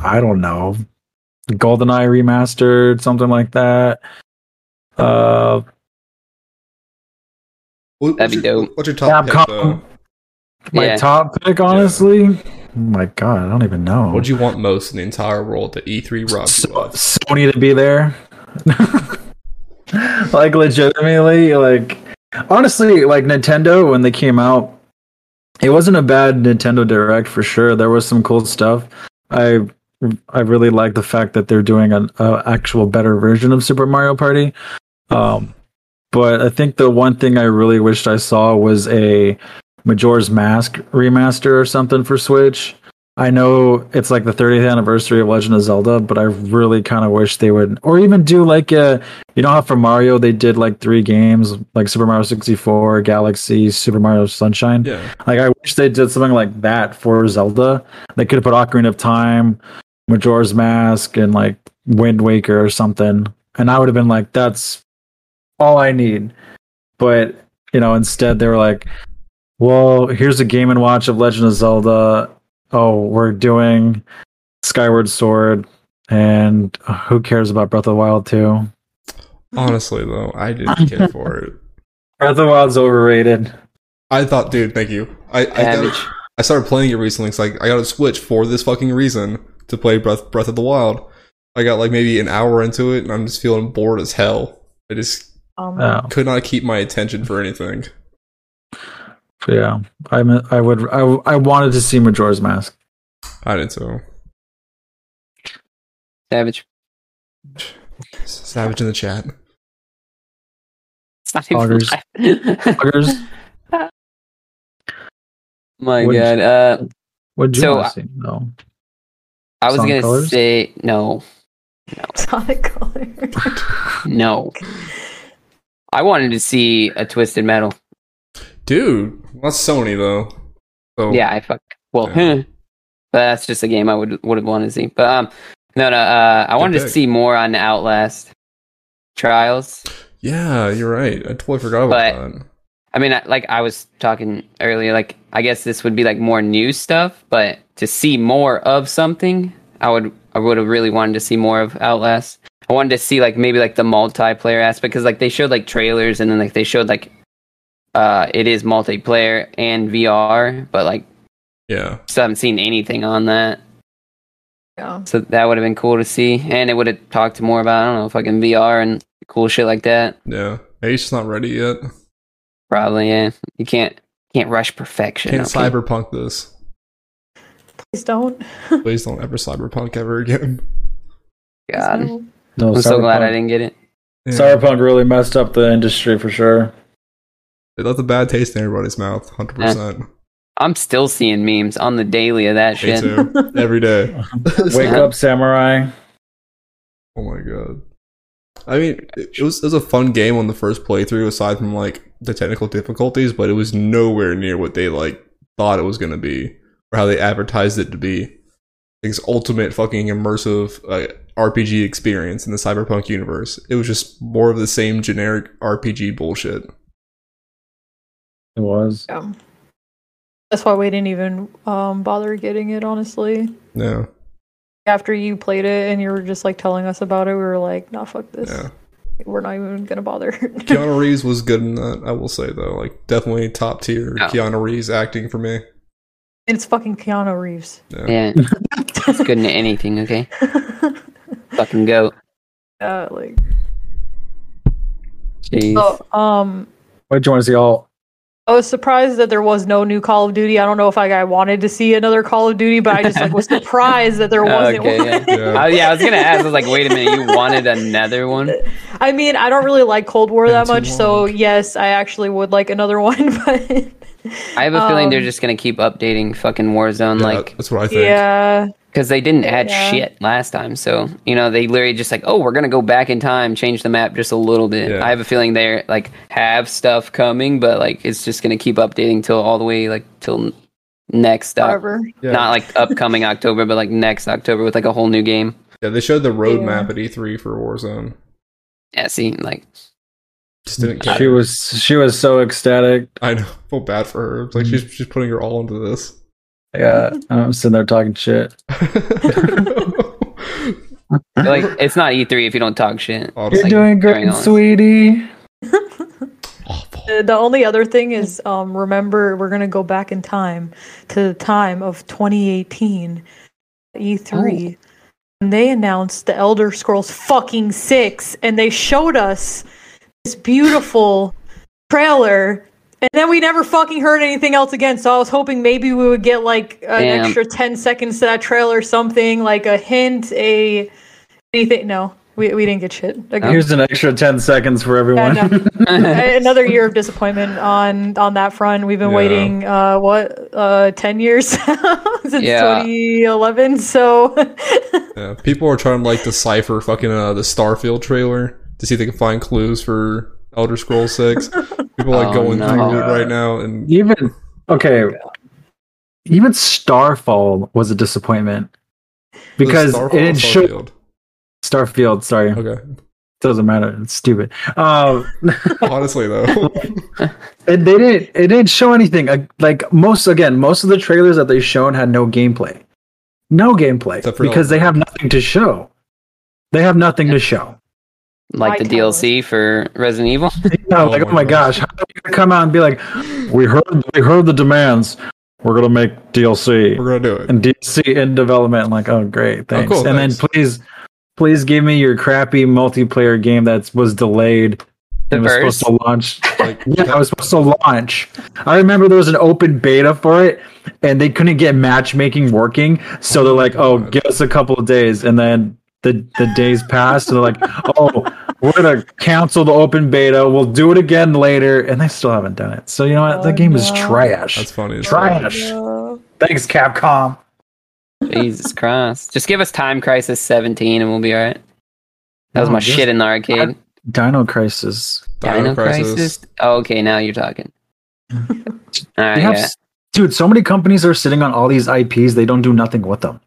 A: I don't know, GoldenEye remastered, something like that. Uh,
B: What,
D: That'd
B: what's
D: be
B: your,
D: dope.
B: What's your top pick,
A: Capcom.
B: though?
A: my
D: yeah.
A: top pick, honestly. Oh my god, I don't even know.
B: What'd you want most in the entire world that E E3 robbed
A: S-
B: you of?
A: Sony to be there? [LAUGHS] like legitimately, like honestly, like Nintendo when they came out, it wasn't a bad Nintendo Direct for sure. There was some cool stuff. I I really like the fact that they're doing an uh, actual better version of Super Mario Party. Um, but I think the one thing I really wished I saw was a Majora's Mask remaster or something for Switch. I know it's like the 30th anniversary of Legend of Zelda, but I really kind of wish they would, or even do like a, you know how for Mario they did like three games, like Super Mario 64, Galaxy, Super Mario Sunshine.
B: Yeah.
A: Like I wish they did something like that for Zelda. They could have put Ocarina of Time, Majora's Mask, and like Wind Waker or something, and I would have been like, that's all I need. But you know, instead they were like, well, here's a game and watch of Legend of Zelda. Oh, we're doing Skyward Sword, and who cares about Breath of the Wild too?
B: Honestly, though, I didn't care for it.
A: Breath of the Wild's overrated.
B: I thought, dude, thank you. I I, got it-
D: Savage.
B: I started playing it recently. It's like I got a Switch for this fucking reason to play Breath Breath of the Wild. I got like maybe an hour into it, and I'm just feeling bored as hell. I just
C: Um,
A: Oh.
B: could not keep my attention for anything.
A: Yeah, I am I would I, I wanted to see Majora's Mask.
B: I did too.
D: Savage.
B: Savage in the chat.
D: It's not even
A: Poggers.
D: [LAUGHS] live.
A: Fuckers,
D: My
A: What'd
D: God.
A: you-
D: Uh,
A: what'd you
D: So, uh,
A: want to see? No.
D: I was
A: Song
D: gonna
A: Colors?
D: say no,
C: [LAUGHS] Sonic color.
D: no. I wanted to see a Twisted Metal.
B: Dude, that's Sony though. So
D: Yeah, I fuck.
B: Oh.
D: Well,
B: Yeah.
D: huh. [LAUGHS] but that's just a game I would would want to see. But um, no, no. Uh, I
B: Good
D: wanted to
B: pick.
D: see more on Outlast Trials.
B: Yeah, you're right. I totally forgot about that.
D: I mean, I, like I was talking earlier, like I guess this would be like more new stuff, but to see more of something, I would I would have really wanted to see more of Outlast. I wanted to see like maybe like the multiplayer aspect because like they showed like trailers and then like they showed like uh it is multiplayer and VR, but like
B: Yeah.
D: still haven't seen anything on that.
C: yeah.
D: So that would have been cool to see, and it would have talked more about I don't know fucking VR and cool shit like that.
B: Yeah. Maybe it's just not ready yet.
D: Probably yeah. You can't can't rush perfection.
B: Can't
D: okay?
B: cyberpunk this.
C: Please don't.
B: Please don't ever cyberpunk ever again.
D: God.
C: So-
A: No,
D: I'm so glad I
A: Cyberpunk-
D: didn't get it.
B: Yeah.
A: Cyberpunk really messed up the industry for sure.
B: It left a bad taste in everybody's mouth, hundred percent.
D: I'm still seeing memes on the daily of that
B: Me
D: shit.
B: too. Every day.
A: [LAUGHS] Wake up, samurai.
B: Oh my god. I mean, it, it was it was a fun game on the first playthrough, aside from like the technical difficulties, but it was nowhere near what they like thought it was gonna be or how they advertised it to be. This ultimate fucking immersive uh, RPG experience in the cyberpunk universe. It was just more of the same generic RPG bullshit.
A: It was.
C: Yeah. That's why we didn't even um, bother getting it, honestly.
B: No,
C: After you played it and you were just like telling us about it, we were like, nah, fuck this.
B: yeah.
C: We're not even gonna bother.
B: Keanu Reeves was good in that. I will say though, like definitely top tier
D: Yeah.
B: Keanu Reeves acting for me.
C: [LAUGHS] it's fucking Keanu Reeves.
D: Yeah, it's good into
B: [LAUGHS]
D: anything, okay? Fucking goat.
C: [LAUGHS] yeah, like.
D: Jeez.
C: So, um,
A: What do you want to see? All
C: I was surprised that there was no new Call of Duty. I don't know if like, I wanted to see another Call of Duty, but I just like
D: [LAUGHS]
C: was surprised that there wasn't
D: Oh, Okay,
C: one.
D: yeah.
B: Yeah.
D: I, yeah, I was gonna ask. I was like, wait a minute, you wanted another one?
C: I mean, I don't really like Cold War
B: Been
C: that
B: too
C: much, so
B: long.
C: yes, I actually would like another [LAUGHS] one, but
D: I have a feeling they're
C: Um,
D: just gonna keep updating fucking Warzone,
B: Yeah,
D: like
B: that's what I think.
C: yeah.
D: because they didn't add
C: Yeah.
D: shit last time. So you know, they literally just like, oh, we're gonna go back in time, change the map just a little bit.
B: Yeah.
D: I have a feeling they're like have stuff coming, but like it's just gonna keep updating till all the way like till n- next up.
C: Whatever.
B: Yeah.
D: Not like upcoming October, but like next October with like a whole new game.
B: Yeah, they showed the roadmap at E3 for Warzone.
D: Yeah, see, like
B: Just didn't care.
A: she was she was so ecstatic.
B: I know. [LAUGHS] Feel bad for her. It's
A: Mm.
B: like she's she's putting her all into this.
A: [LAUGHS] Yeah, I'm sitting there talking shit.
D: like it's not E3 if you don't talk shit.
A: You're
B: Honestly,
D: like,
A: doing
D: carrying
A: great,
D: on.
A: sweetie.
B: awful.
C: The, the only other thing is, um, remember we're gonna go back in time to the time of 2018, E3, and they announced the Elder Scrolls fucking six, and they showed us this beautiful trailer And then we never fucking heard anything else again. So I was hoping maybe we would get like an
D: Damn.
C: extra ten seconds to that trailer, something like a hint, a anything. No, we we didn't get shit. Again.
A: Here's an extra 10 seconds for everyone.
C: Yeah, another year of disappointment on on that front. We've been
B: Yeah.
C: waiting uh what uh 10 years [LAUGHS] since
D: Yeah.
C: 2011. So
B: Yeah, people are trying to like decipher fucking uh, the Starfield trailer to see if they can find clues for Elder Scrolls Six. People are, like
D: Oh,
B: going
D: no.
B: through it right now,
A: [LAUGHS]
B: and
A: even okay even starfall was a disappointment because
B: Starfield
A: it
B: or
A: didn't show
B: Starfield?
A: starfield sorry
B: Okay,
A: doesn't matter it's stupid um
B: honestly though, [LAUGHS]
A: it, they didn't it didn't show anything Uh, like most again most of the trailers that they shown had no gameplay no gameplay
B: Except for
A: because they have nothing to show they have nothing to show
D: like the
C: Icon.
D: DLC for Resident Evil.
A: Yeah,
B: Oh
A: like
B: my
A: oh my gosh
B: gosh.
A: how are you gonna come out and be like we heard we heard the demands we're gonna make dlc
B: we're gonna do it.
A: and DLC in development. I'm like, oh great, thanks.
B: cool,
A: and
B: thanks.
A: then please, please give me your crappy multiplayer game that was delayed.
D: The
A: and was supposed
D: verse.
A: to launch.
B: Like,
A: Yeah, I was supposed to launch. I remember there was an open beta for it, and they couldn't get matchmaking working. So they're like, "Oh,
B: God.
A: give us a couple of days," and then the the days passed, and they're [LAUGHS] like, "Oh, we're gonna cancel the open beta. We'll do it again later," and they still haven't done it. So you know what?
C: Oh,
A: the game is
C: no.
A: trash.
B: that's funny. as
A: Try
B: fuck.
A: it.
C: uh,
A: Thanks, Capcom.
D: Jesus Christ! Just give us Time Crisis 17, and we'll be all right. That was
A: No,
D: my
A: just-
D: shit in the arcade.
A: Dino Crisis
D: Dino Crisis. Oh, okay, now
A: [LAUGHS]
D: you're talking. All right,
A: They have,
D: yeah.
A: s- dude. So many companies are sitting on all these IPs. They don't do nothing with them.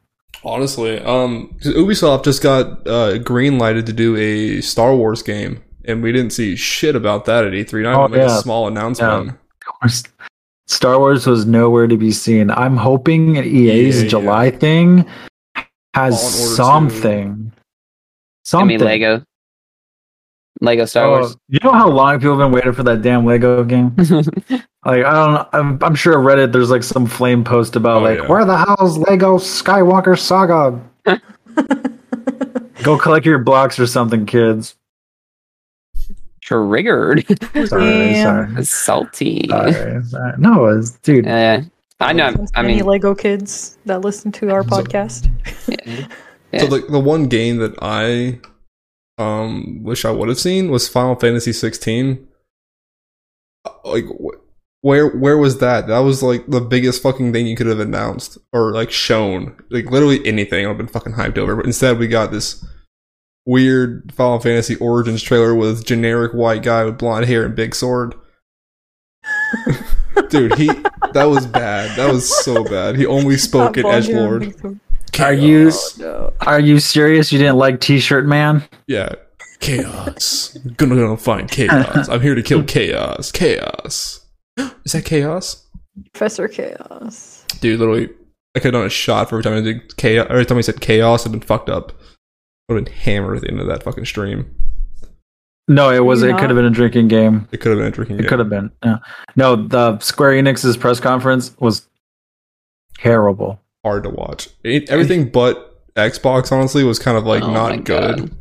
B: Honestly, um, 'cause Ubisoft just got uh, greenlighted to do a Star Wars game, and we didn't see shit about that at E3. Not
A: Oh,
B: even like
A: yeah.
B: a small announcement.
A: Star Wars was nowhere to be seen. I'm hoping an EA's
B: Yeah, yeah.
A: July thing has
B: Fallen Order
A: something.
D: I
A: Something.
D: mean Lego, Lego Star
A: Oh,
D: Wars. [LAUGHS]
A: You know how long people have been waiting for that damn Lego game? Like I don't. know. I'm, I'm sure Reddit. There's like some flame post about
B: Oh,
A: like
B: yeah.
A: where the hell's Lego Skywalker Saga? Go collect your blocks or something, kids.
D: Triggered,
A: Sorry,
C: Damn.
A: sorry.
D: salty.
A: Sorry, sorry. No, it's, dude.
D: Yeah, [LAUGHS]
C: [LAUGHS]
D: I know. I
C: any
D: mean,
C: Lego kids that listen to our podcast.
D: Yeah.
B: So the the one game that I um wish I would have seen was Final Fantasy 16. Uh, Like wh- where where was that? That was like the biggest fucking thing you could have announced or like shown. Like literally anything I've been fucking hyped over. But instead we got this weird Final Fantasy Origins trailer with generic white guy with blonde hair and big sword. [LAUGHS] Dude, he that was bad. That was so bad. He only spoke in
C: Not Bonjour,
B: Edgelord.
C: Victor.
A: Are you
C: No.
A: are you serious? You didn't like T-shirt man?
B: Yeah. Chaos. gonna, gonna find chaos. I'm here to kill chaos. Chaos. Is that chaos?
C: Professor Chaos.
B: Dude, literally, I could have done a shot for every time I did chaos. Every time I said chaos, I've been fucked up. I've been hammered at the end of that fucking stream.
A: No, it was.
C: you
A: It
C: not?
A: could have been a drinking game.
B: It could have been a drinking
A: It
B: game.
A: could have been. Yeah. No, the Square Enix's press conference was terrible.
B: Hard to watch. It- everything but Xbox, honestly, was kind of like
D: Oh my
B: not
D: God.
B: good.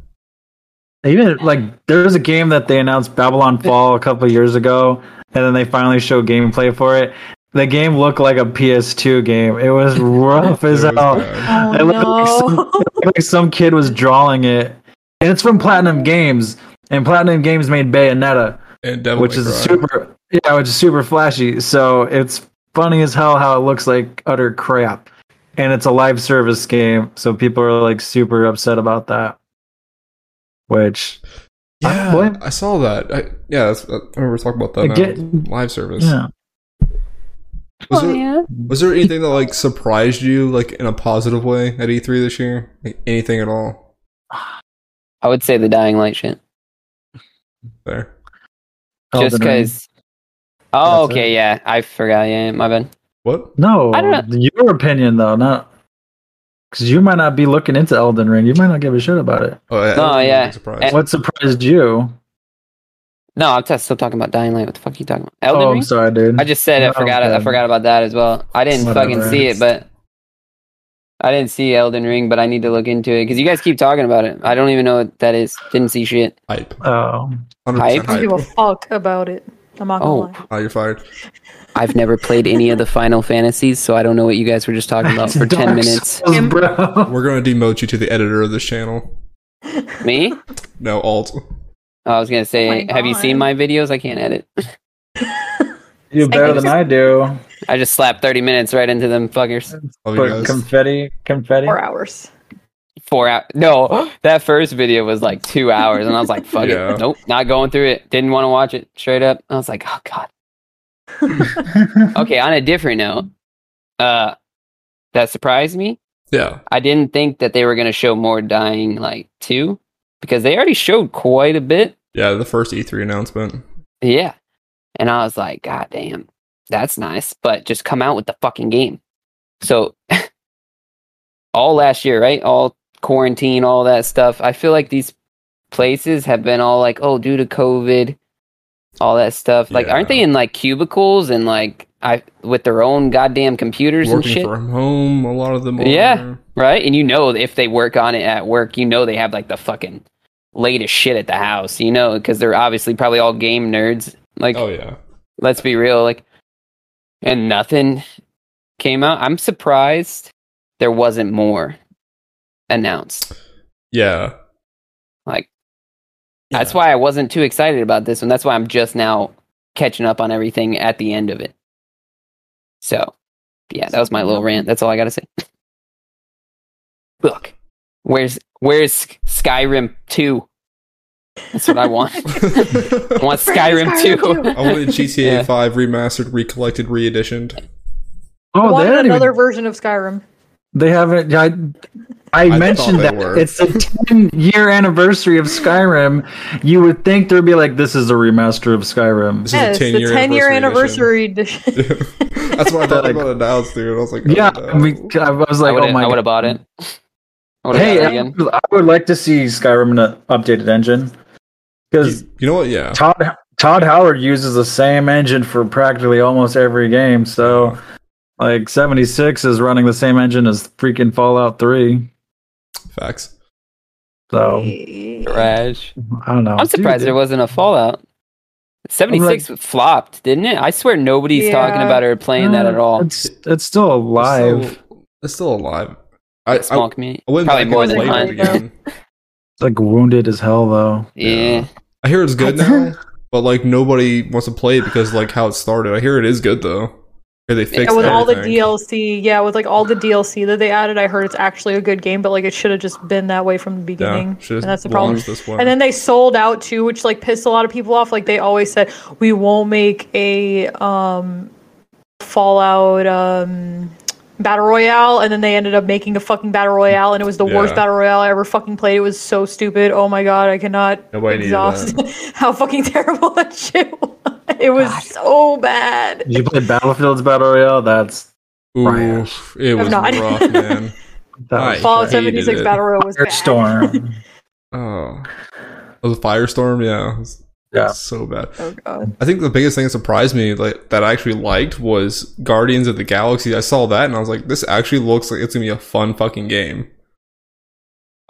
A: Even like there was a game that they announced Babylon Fall a couple of years ago, and then they finally showed gameplay for it. The game looked like a PS2 game. It was rough as
B: It was
A: hell.
B: bad.
C: Oh,
A: It looked like
C: no. [LAUGHS]
A: like some kid was drawing it, and it's from Platinum Games, and Platinum Games made Bayonetta,
B: And Devil
A: which
B: May
A: is
B: Cry.
A: super, yeah, which is super flashy. So it's funny as hell how it looks like utter crap, and it's a live service game, so people are like super upset about that. Which, I
B: Yeah,
A: don't blame-
B: I saw that. I, yeah, that's, I remember talking about that.
A: I
B: now.
A: get-
B: Live service.
A: yeah,
B: Was
D: Oh,
B: there-
D: yeah.
B: Was there anything that like surprised you like in a positive way at E3 this year? Like, anything at all?
D: I would say the Dying Light shit.
B: There.
D: Just
A: Elden Ring.
D: because. Oh,
A: That's
D: okay, yeah. I forgot. Yeah, my bad.
B: What?
A: No,
D: I don't
A: your opinion though, not because you might not be looking into Elden Ring. You might not give a shit about it.
B: Oh, yeah.
D: No,
B: I was
D: yeah.
B: really Surprised.
A: What surprised you?
D: No, I'm t- still talking about Dying Light. What the fuck are you talking about? Elden
A: Oh,
D: Ring?
A: I'm sorry, dude.
D: I just said I
A: No,
D: forgot. I
A: good.
D: forgot about that as well. I didn't fucking
A: Whatever.
D: see it, but I didn't see Elden Ring, but I need to look into it because you guys keep talking about it. I don't even know what that is. Didn't see shit.
B: Hype.
A: Oh.
B: 100%
D: Hype?
B: hype.
C: I don't give a fuck about it. I'm not gonna
D: Oh,
C: lie.
B: Oh, you're fired.
D: I've never played any of the Final Fantasies, so I don't know what you guys were just
A: [LAUGHS]
D: talking about for ten
A: Dark
D: minutes.
A: Souls,
C: Him-
A: bro. [LAUGHS]
B: We're gonna demote you to the editor of this channel.
D: Me? Oh,
B: No alt.
D: I was gonna say,
C: Oh my
D: have you seen
C: God.
D: my videos? I can't edit.
A: You better than I do.
D: I just slapped thirty minutes right into them fuckers.
B: Love you
A: Put
B: guys.
A: confetti, confetti. [LAUGHS]
C: Four hours.
D: Four hours. No, that first video was like two hours, and I was like, fuck
B: Yeah.
D: it. Nope, not going through it. Didn't want to watch it straight up. I was like, oh god. Okay, on a different note, uh, that surprised me.
B: yeah.
D: I didn't think that they were going to show more Dying Light 2 because they already showed quite a bit.
B: Yeah, the first E3 announcement.
D: Yeah. And I was like, God damn, that's nice. But just come out with the fucking game. So, [LAUGHS] all last year, right? All quarantine, all that stuff. I feel like these places have been all like, oh, due to COVID, all that stuff. Like, aren't
B: Yeah.
D: they in like cubicles and like I with their own goddamn computers and
B: Working
D: shit?
B: from home, a lot of them. are.
D: Yeah. right? And you know if they work on it at work, you know they have like the fucking latest shit at the house, you know, because they're obviously probably all game nerds. Like,
B: Oh yeah.
D: let's be real, like, and nothing came out. I'm surprised there wasn't more announced. [LAUGHS]
B: Yeah.
D: Like, that's why I wasn't too excited about this one. That's why I'm just now catching up on everything at the end of it. So, yeah, that was my little rant. That's all I got to say. Look, where's where's Sk- Skyrim 2? That's what
A: [LAUGHS]
D: I want. I want
C: Bring
D: Skyrim 2.
B: I wanted
C: [LAUGHS]
B: GTA
D: Yeah.
B: 5 remastered, recollected, reeditioned. [LAUGHS]
C: I
A: Oh, they
C: wanted
A: haven't
C: another
A: even,
C: version of Skyrim.
A: they haven't. I, I,
B: thought
A: mentioned
B: they
A: that
B: were.
A: it's the ten year anniversary of Skyrim. You would think there'd be like, this is a remaster of Skyrim.
B: This is
C: Yeah,
B: a
C: it's
B: 10
C: the
B: year
C: 10 year
B: anniversary. [LAUGHS]
C: anniversary edition.
B: edition. That's what I thought
A: Like-
B: about announced, dude. I was like, oh,
A: Yeah,
B: no.
A: I, mean, I was like,
D: I
A: oh my.
D: would
A: God.
D: have bought it. I would've
A: Hey, uh,
D: got it
A: I, I would like to see Skyrim in an updated engine because
B: you know what? Yeah.
A: Todd Todd Howard uses the same engine for practically almost every game. So, like, seventy six is running the same engine as freaking Fallout Three.
B: Facts.
A: So
C: Right.
D: Trash.
A: I don't know.
D: I'm surprised there wasn't a Fallout. 76 flopped, didn't it? I swear nobody's
C: Yeah.
D: talking about it or playing that at all.
A: Uh, It's it's still alive.
B: It's still, it's still alive. I, I,
D: Small community.
B: I went
D: Probably
B: back
D: more
B: and
D: than
B: played
D: mine.
B: it again.
A: It's like wounded as hell though.
D: Yeah.
B: I hear it's
D: [LAUGHS]
B: good now, but like nobody wants to play it because like how it started. I hear it is good though. I hear they fixed
C: Yeah, with all the
B: everything.
C: DLC, yeah, with like all the DLC that they added, I heard it's actually a good game, but like it should have just been that way from the beginning,
B: Yeah, should've
C: and that's the problem.
B: launched This one.
C: And then they sold out too, which like pissed a lot of people off. Like they always said, we won't make a um, Fallout um, battle royale, and then they ended up making a fucking battle royale, and it was the worst
B: Yeah.
C: battle royale I ever fucking played. It was so stupid. Oh my god, I cannot
B: Nobody needed
C: exhaust [LAUGHS] how fucking terrible that shit was. It was so bad.
A: You played Battlefield's Battle Royale. That's
B: Ooh, it was
C: not.
B: rough,
C: [LAUGHS]
B: man.
A: that
B: Nice.
A: was
C: Fallout
B: hated
C: seventy six
B: it.
C: battle royale was bad. [LAUGHS]
A: Firestorm.
B: Oh, the firestorm. Yeah, it was-
A: Yeah.
B: so bad.
C: Oh god.
B: I think the biggest thing that surprised me, like that I actually liked, was Guardians of the Galaxy. I saw that and I was like, this actually looks like it's gonna be a fun fucking game.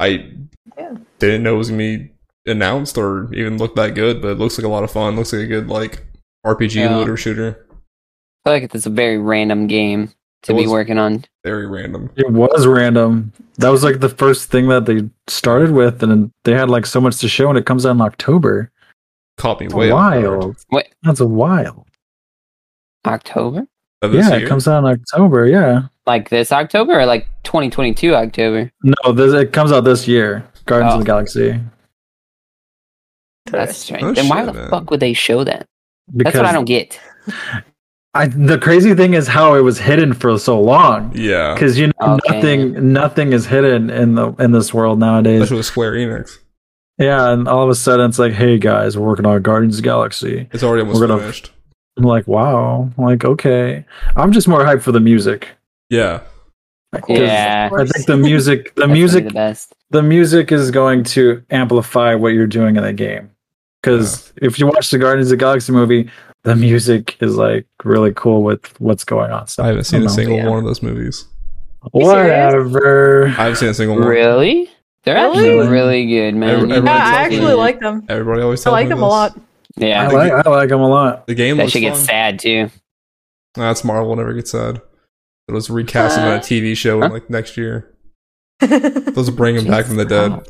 B: I
C: Yeah.
B: didn't know it was gonna be announced or even look that good, but it looks like a lot of fun. Looks like a good like RPG
D: Yeah.
B: looter shooter.
D: I feel like it's a very random game to
B: It
D: be
B: was-
D: working on.
B: Very random.
A: It was random. That was like the first thing that they started with, and they had like so much to show, and it comes out in October.
B: Caught me
A: It's
B: way off guard.
A: wild.
D: What?
A: That's wild.
D: October?
B: Of this
A: Yeah,
B: year?
A: it comes out in October. Yeah.
D: Like this October or like 2022 October?
A: No, this it comes out this year. Guardians
D: Oh.
A: of the Galaxy.
D: That's strange.
B: Oh,
D: then why
B: shit,
D: the
B: man.
D: fuck would they show that?
A: Because
D: That's what I don't get.
A: I- the crazy thing is how it was hidden for so long.
B: Yeah,
A: Because you know
D: Okay.
A: nothing, nothing is hidden in the in this world nowadays.
B: especially with Square Enix.
A: Yeah, and all of a sudden it's like, hey guys, we're working on Guardians of the Galaxy.
B: It's already almost
A: We're gonna-
B: finished.
A: I'm like, wow. I'm like, okay. I'm just more hyped for the music.
B: Yeah,
A: Like, 'cause
D: Yeah.
A: I think the music, the
D: That's gonna be
A: music,
D: The best.
A: the music is going to amplify what you're doing in the game. Because if you watch the Guardians of the Galaxy movie, the music is like really cool with what's going on. So
B: I haven't seen
A: don't
B: a
A: know.
B: single
C: Yeah.
B: one of those movies.
C: You serious?
A: Whatever.
B: I haven't seen a single one.
D: Really? They're
C: Really?
D: actually really good, man.
B: Every-
D: You
B: everyone
C: Yeah,
D: know
B: tells
C: I
D: it's
B: me-
C: actually
D: good.
C: like them.
B: Everybody always
C: I
B: tells
C: like
B: me
C: them a
B: this.
C: lot.
A: I
D: Yeah,
B: think
A: like I like him a lot.
B: The game
D: that
B: looks
D: shit gets
B: fun.
D: sad too.
B: Nah, That's Marvel never gets sad. It was recasted on a TV show in like next year.
C: [LAUGHS]
B: Those bring him back from the dead.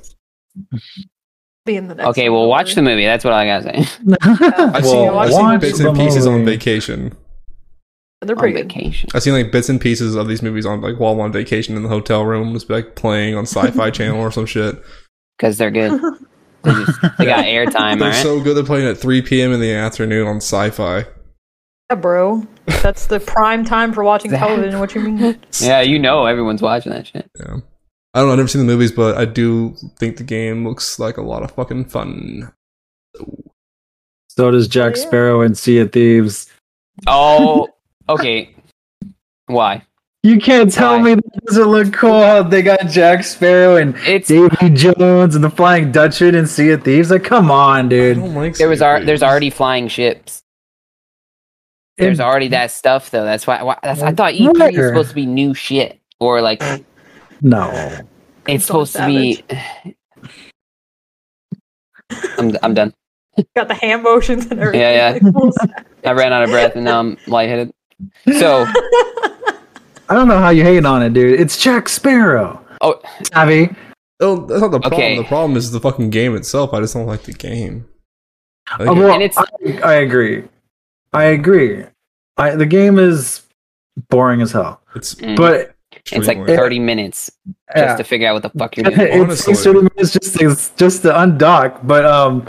C: Be in the next
D: Okay, well, watch the movie. That's what I gotta say.
B: I've
C: Well,
B: seen, I've seen
C: watch
B: bits
A: the
B: and pieces on
A: movie.
B: vacation.
C: They're
D: On
C: pretty good.
D: vacation.
B: I've seen like bits and pieces of these movies on like while I'm on vacation in the hotel room, just like playing on [LAUGHS] Sci-Fi Channel or some shit.
D: Because they're [LAUGHS] good. They, just, they got airtime,
B: They're
D: alright?
B: so good. They're playing at 3 p.m. in the afternoon on Sci-Fi.
C: Yeah, bro. That's the prime time for watching
D: Zach.
C: television. What you mean?
D: yeah, you know everyone's watching that shit.
B: Yeah. I don't know. I've never seen the movies, but I do think the game looks like a lot of fucking fun.
A: So does Jack
C: Yeah.
A: Sparrow in Sea of Thieves.
D: Oh, okay. Why?
A: You can't
D: tell
A: tell
D: me
A: me that doesn't look cool. They got Jack Sparrow and
D: It's
A: Davy Jones and the Flying Dutchman and Sea of Thieves. Like, come on,
B: I
A: dude.
B: don't like
D: there was
B: Sea of
D: ar- there's
B: Thieves.
D: already flying ships. There's
A: It-
D: already that stuff though. That's why, why that's, I thought E3 was
A: Where?
D: supposed to be new shit or like
A: no.
D: it's supposed to be. [SIGHS] I'm I'm done.
C: Got the hand motions and everything.
D: yeah. [LAUGHS]
C: yeah.
D: I ran out of breath and now I'm lightheaded. So
A: I don't know how you hate on it, dude. It's Jack Sparrow.
D: Oh.
A: Savvy.
B: Oh, that's not the problem.
D: Okay.
B: The problem is the fucking game itself. I just don't like the game. I think
A: Oh,
B: it-
A: well,
D: And it's-
A: I, I agree. I agree. I, the game is boring as hell,
B: it's
D: mm,
A: but
D: it's
B: extremely
D: like 30 minutes just
A: yeah.
D: to figure out what the
A: [LAUGHS]
D: fuck you're doing.
A: it takes
B: Honestly.
A: 30 minutes just to, just to undock but um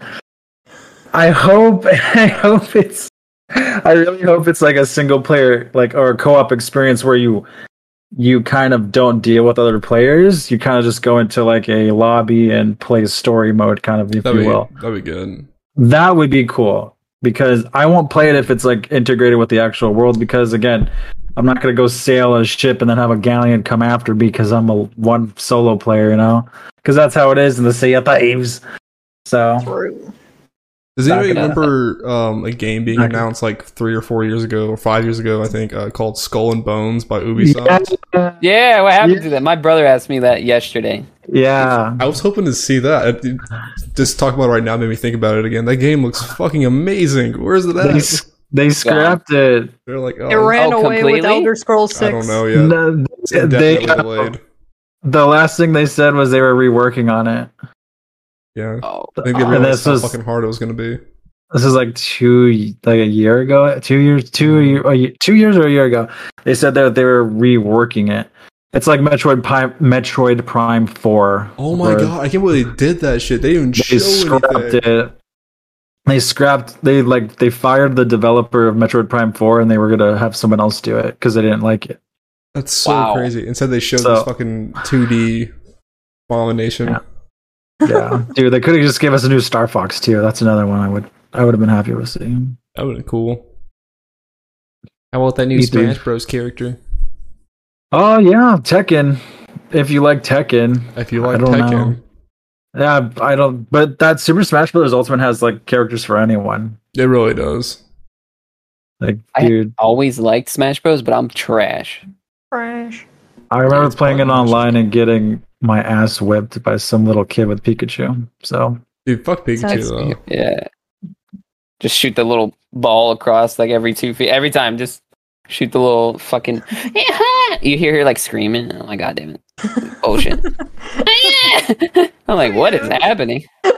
A: i hope [LAUGHS] i hope it's i really hope it's like a single player like or a co-op experience where you you kind of don't deal with other players you kind of just go into like a lobby and play story mode kind of if
B: that'd
A: you
B: be,
A: will
B: that'd be good.
A: that would be cool because I won't play it if it's like integrated with the actual world. Because again, I'm not gonna go sail a ship and then have a galleon come after me because I'm a one solo player, you know? Because that's how it is in the Sea of Thieves. So
C: True.
B: Does
A: Back
B: anybody
A: it up.
B: remember um, a game being
A: Back it up.
B: announced like three or four years ago, or five years ago, I think, uh, called Skull and Bones by Ubisoft?
A: yeah,
D: Yeah, what happened to that? My brother asked me
B: [LAUGHS]
D: that yesterday.
A: yeah.
B: I was hoping to see that. It- Just talk about it right now made me think about it again. That game looks fucking amazing. Where's it
A: They,
B: at?
A: s- they scrapped it.
B: They're like,
C: It
B: oh,
C: ran
D: Oh,
C: away with
D: completely?
C: Elder Scrolls 6.
B: I don't know yet.
A: No,
B: It's
A: they-
B: indefinitely
A: they,
B: delayed.
A: the last thing they said was they were reworking on it.
B: Yeah,
D: Oh,
B: I think they
A: Uh,
B: realized
A: this
B: how
A: was
B: fucking hard it was going to be.
A: this is like two y- like a year ago two years two year, a ye- two years or a year ago they said that they were reworking it it's like metroid prime metroid prime 4
B: Oh my
A: where
B: god, I can't believe they did that shit. They didn't
A: they
B: show
A: scrapped
B: anything.
A: it they scrapped they like they fired the developer of metroid prime 4 and they were gonna have someone else do it because they didn't like
B: [LAUGHS]
A: it
B: That's so
D: Wow.
B: crazy. Instead, they showed
A: So-
B: this fucking 2D abomination.
A: Yeah. yeah dude they could have just gave us a new star fox too that's another one i would i would have been happy with seeing
B: That would have been cool. How about that
A: Me too.
B: Bros. character?
A: oh yeah tekken if you like tekken
B: If you
A: I
B: like
A: don't
B: Tekken,
A: Yeah, I don't. But that Super Smash Bros. Ultimate has like characters for anyone.
B: it really does.
A: Like,
D: I-
A: dude,
D: always liked Smash Bros, but I'm trash.
C: Crash.
A: I, remember
B: it's
A: playing it
B: fun, actually.
A: online and getting my ass whipped by some little kid with Pikachu. So
B: Dude, fuck Pikachu
C: Sounds-
B: though.
D: Yeah. Just shoot the little ball across like every two feet. Every time, just shoot the little fucking. [LAUGHS] You hear her like screaming. Oh my god, damn it.
B: [LAUGHS]
D: Bullshit. [LAUGHS] I'm like, what
C: [LAUGHS]
D: is happening?
B: You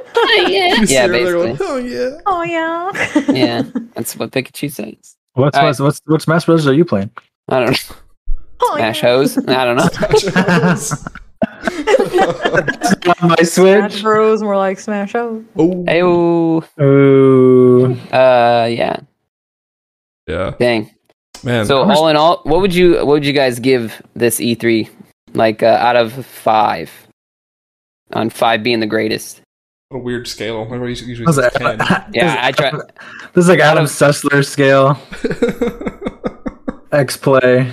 B: see
D: [LAUGHS]
B: her
D: yeah,
B: there
D: basically.
B: going, oh yeah.
C: Oh, yeah.
D: Yeah, that's what Pikachu says.
A: what's
D: All right.
A: what's what's what Smash Bros. are you playing?
D: [LAUGHS] I don't know.
C: [LAUGHS] oh,
D: Smash
C: yeah. [LAUGHS]
D: hose? I don't know.
B: "Oh,
A: [LAUGHS]
D: [LAUGHS]
A: On my
C: Smash Bros. and we're like, Smash out.
B: oh
D: Ayo.
A: Ooh,
D: Uh, yeah.
B: yeah,
D: Dang.
B: man.
D: So
A: how much-
D: all in all, what would you what would you guys give this E3 like uh, out of 5 on 5 being the greatest?
B: what a weird scale. Remember, usually, usually
A: How's
B: it's
A: that?
B: ten. [LAUGHS]
D: Yeah, I try-
A: This is like Adam Sessler scale X play.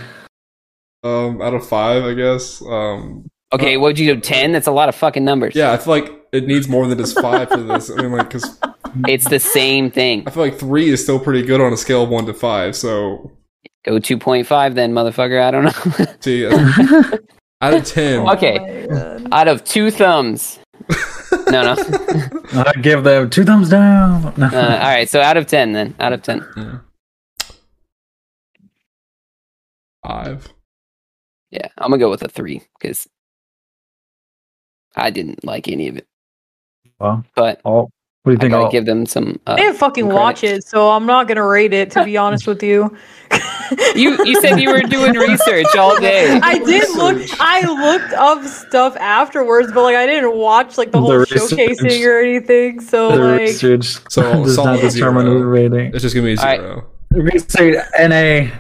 B: um, out of five, I guess. Um,
D: Okay,
A: Uh,
D: what would you do 10? That's a lot of fucking numbers.
B: yeah, I feel like it needs more than just five for this. I mean, like, because
D: It's the same thing.
B: I feel like three is still pretty good on a scale of one to five. So,
D: Go 2.5 then, motherfucker. I don't know. [LAUGHS]
B: see, out of ten,
D: Okay. Uh,
C: Oh, my God.
D: out of two thumbs. No, no.
A: I give them two thumbs down. [LAUGHS] No.
D: Uh, all right, so out of ten then. Out of ten.
B: [LAUGHS] Five.
D: Yeah, I'm gonna go with a three because I didn't like any of it.
A: Well,
D: But
A: all, what do you
D: I
A: think?
D: gotta
A: all-
D: give them some.
C: [LAUGHS] I
D: Uh,
C: didn't fucking
D: credits.
C: watch it, so I'm not gonna rate it. To be
D: [LAUGHS]
C: honest with you,
D: you you said you were doing research all day.
C: I did look.
B: Research.
C: I looked up stuff afterwards, but like I didn't watch like the
A: The
C: whole
A: research.
C: showcasing or anything. So
A: the
C: like,
A: research
B: So,
A: does not
B: solid
A: determine
B: zero.
A: the rating.
B: It's just gonna be a
D: All right.
B: zero.
A: Research NA.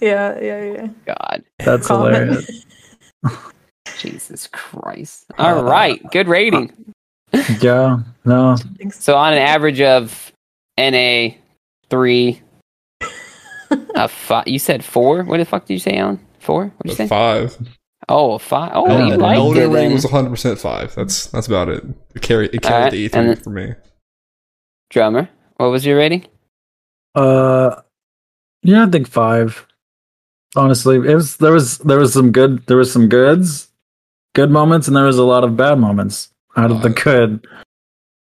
C: yeah, yeah, yeah.
D: God,
A: That's
C: Comment.
A: hilarious.
D: Jesus Christ! Uh, All right, good rating.
A: [LAUGHS] Yeah, no,
D: So on an average of NA three, a five. You said four. What the fuck did you say, Alan? Four? What did you
B: A
D: say?
B: Five.
D: Oh, a five. Oh,
A: Yeah.
D: you liked it.
B: Elden Ring
D: Then.
B: was 100 percent five. That's that's about it. It carried it
D: Alright,
B: carried the E
D: and
B: three
D: then-
B: for me.
D: Drummer, what was your rating?
A: Uh, yeah, I think five. Honestly, it was there was there was some good there was some goods, good moments, and there was a lot of bad moments out of the
B: Right.
A: good.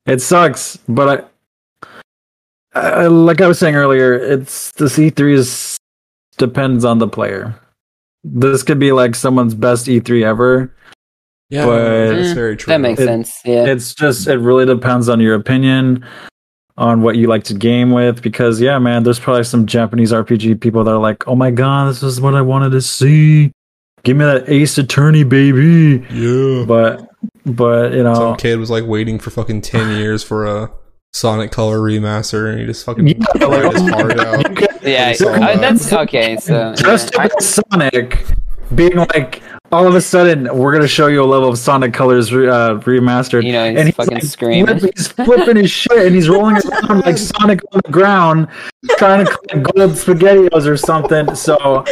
A: It sucks, but I, I I- like I was saying earlier, it's this E three is depends on the player. This could be like someone's best E three ever.
B: Yeah,
A: But-
B: that's
D: Mm,
B: very true.
D: That makes
A: It-
D: sense. Yeah.
A: It's just it really depends on your opinion, on what you like to game with. Because yeah, man, there's probably some Japanese RPG people that are like, oh my god, this is what I wanted to see. Give me that Ace Attorney, baby.
B: Yeah.
A: But uh, but you
B: Some
A: know,
B: kid was like waiting for fucking
D: [SIGHS]
B: 10 years for a Sonic Color remaster, and he just fucking [LAUGHS]
A: Yeah,
B: cried
A: like, [LAUGHS]
B: his heart out.
D: Yeah,
B: So,
D: I-
B: uh,
D: that's okay. So
A: just
D: yeah, I-
A: like Sonic being like. All of a sudden, we're gonna show you a level of Sonic Colors re- uh, remastered.
D: you know, he's
A: and he's
D: fucking
A: like,
D: screaming.
A: flip- he's flipping his shit and he's rolling around
D: [LAUGHS]
A: like Sonic on the ground, trying to collect gold spaghettios or something. So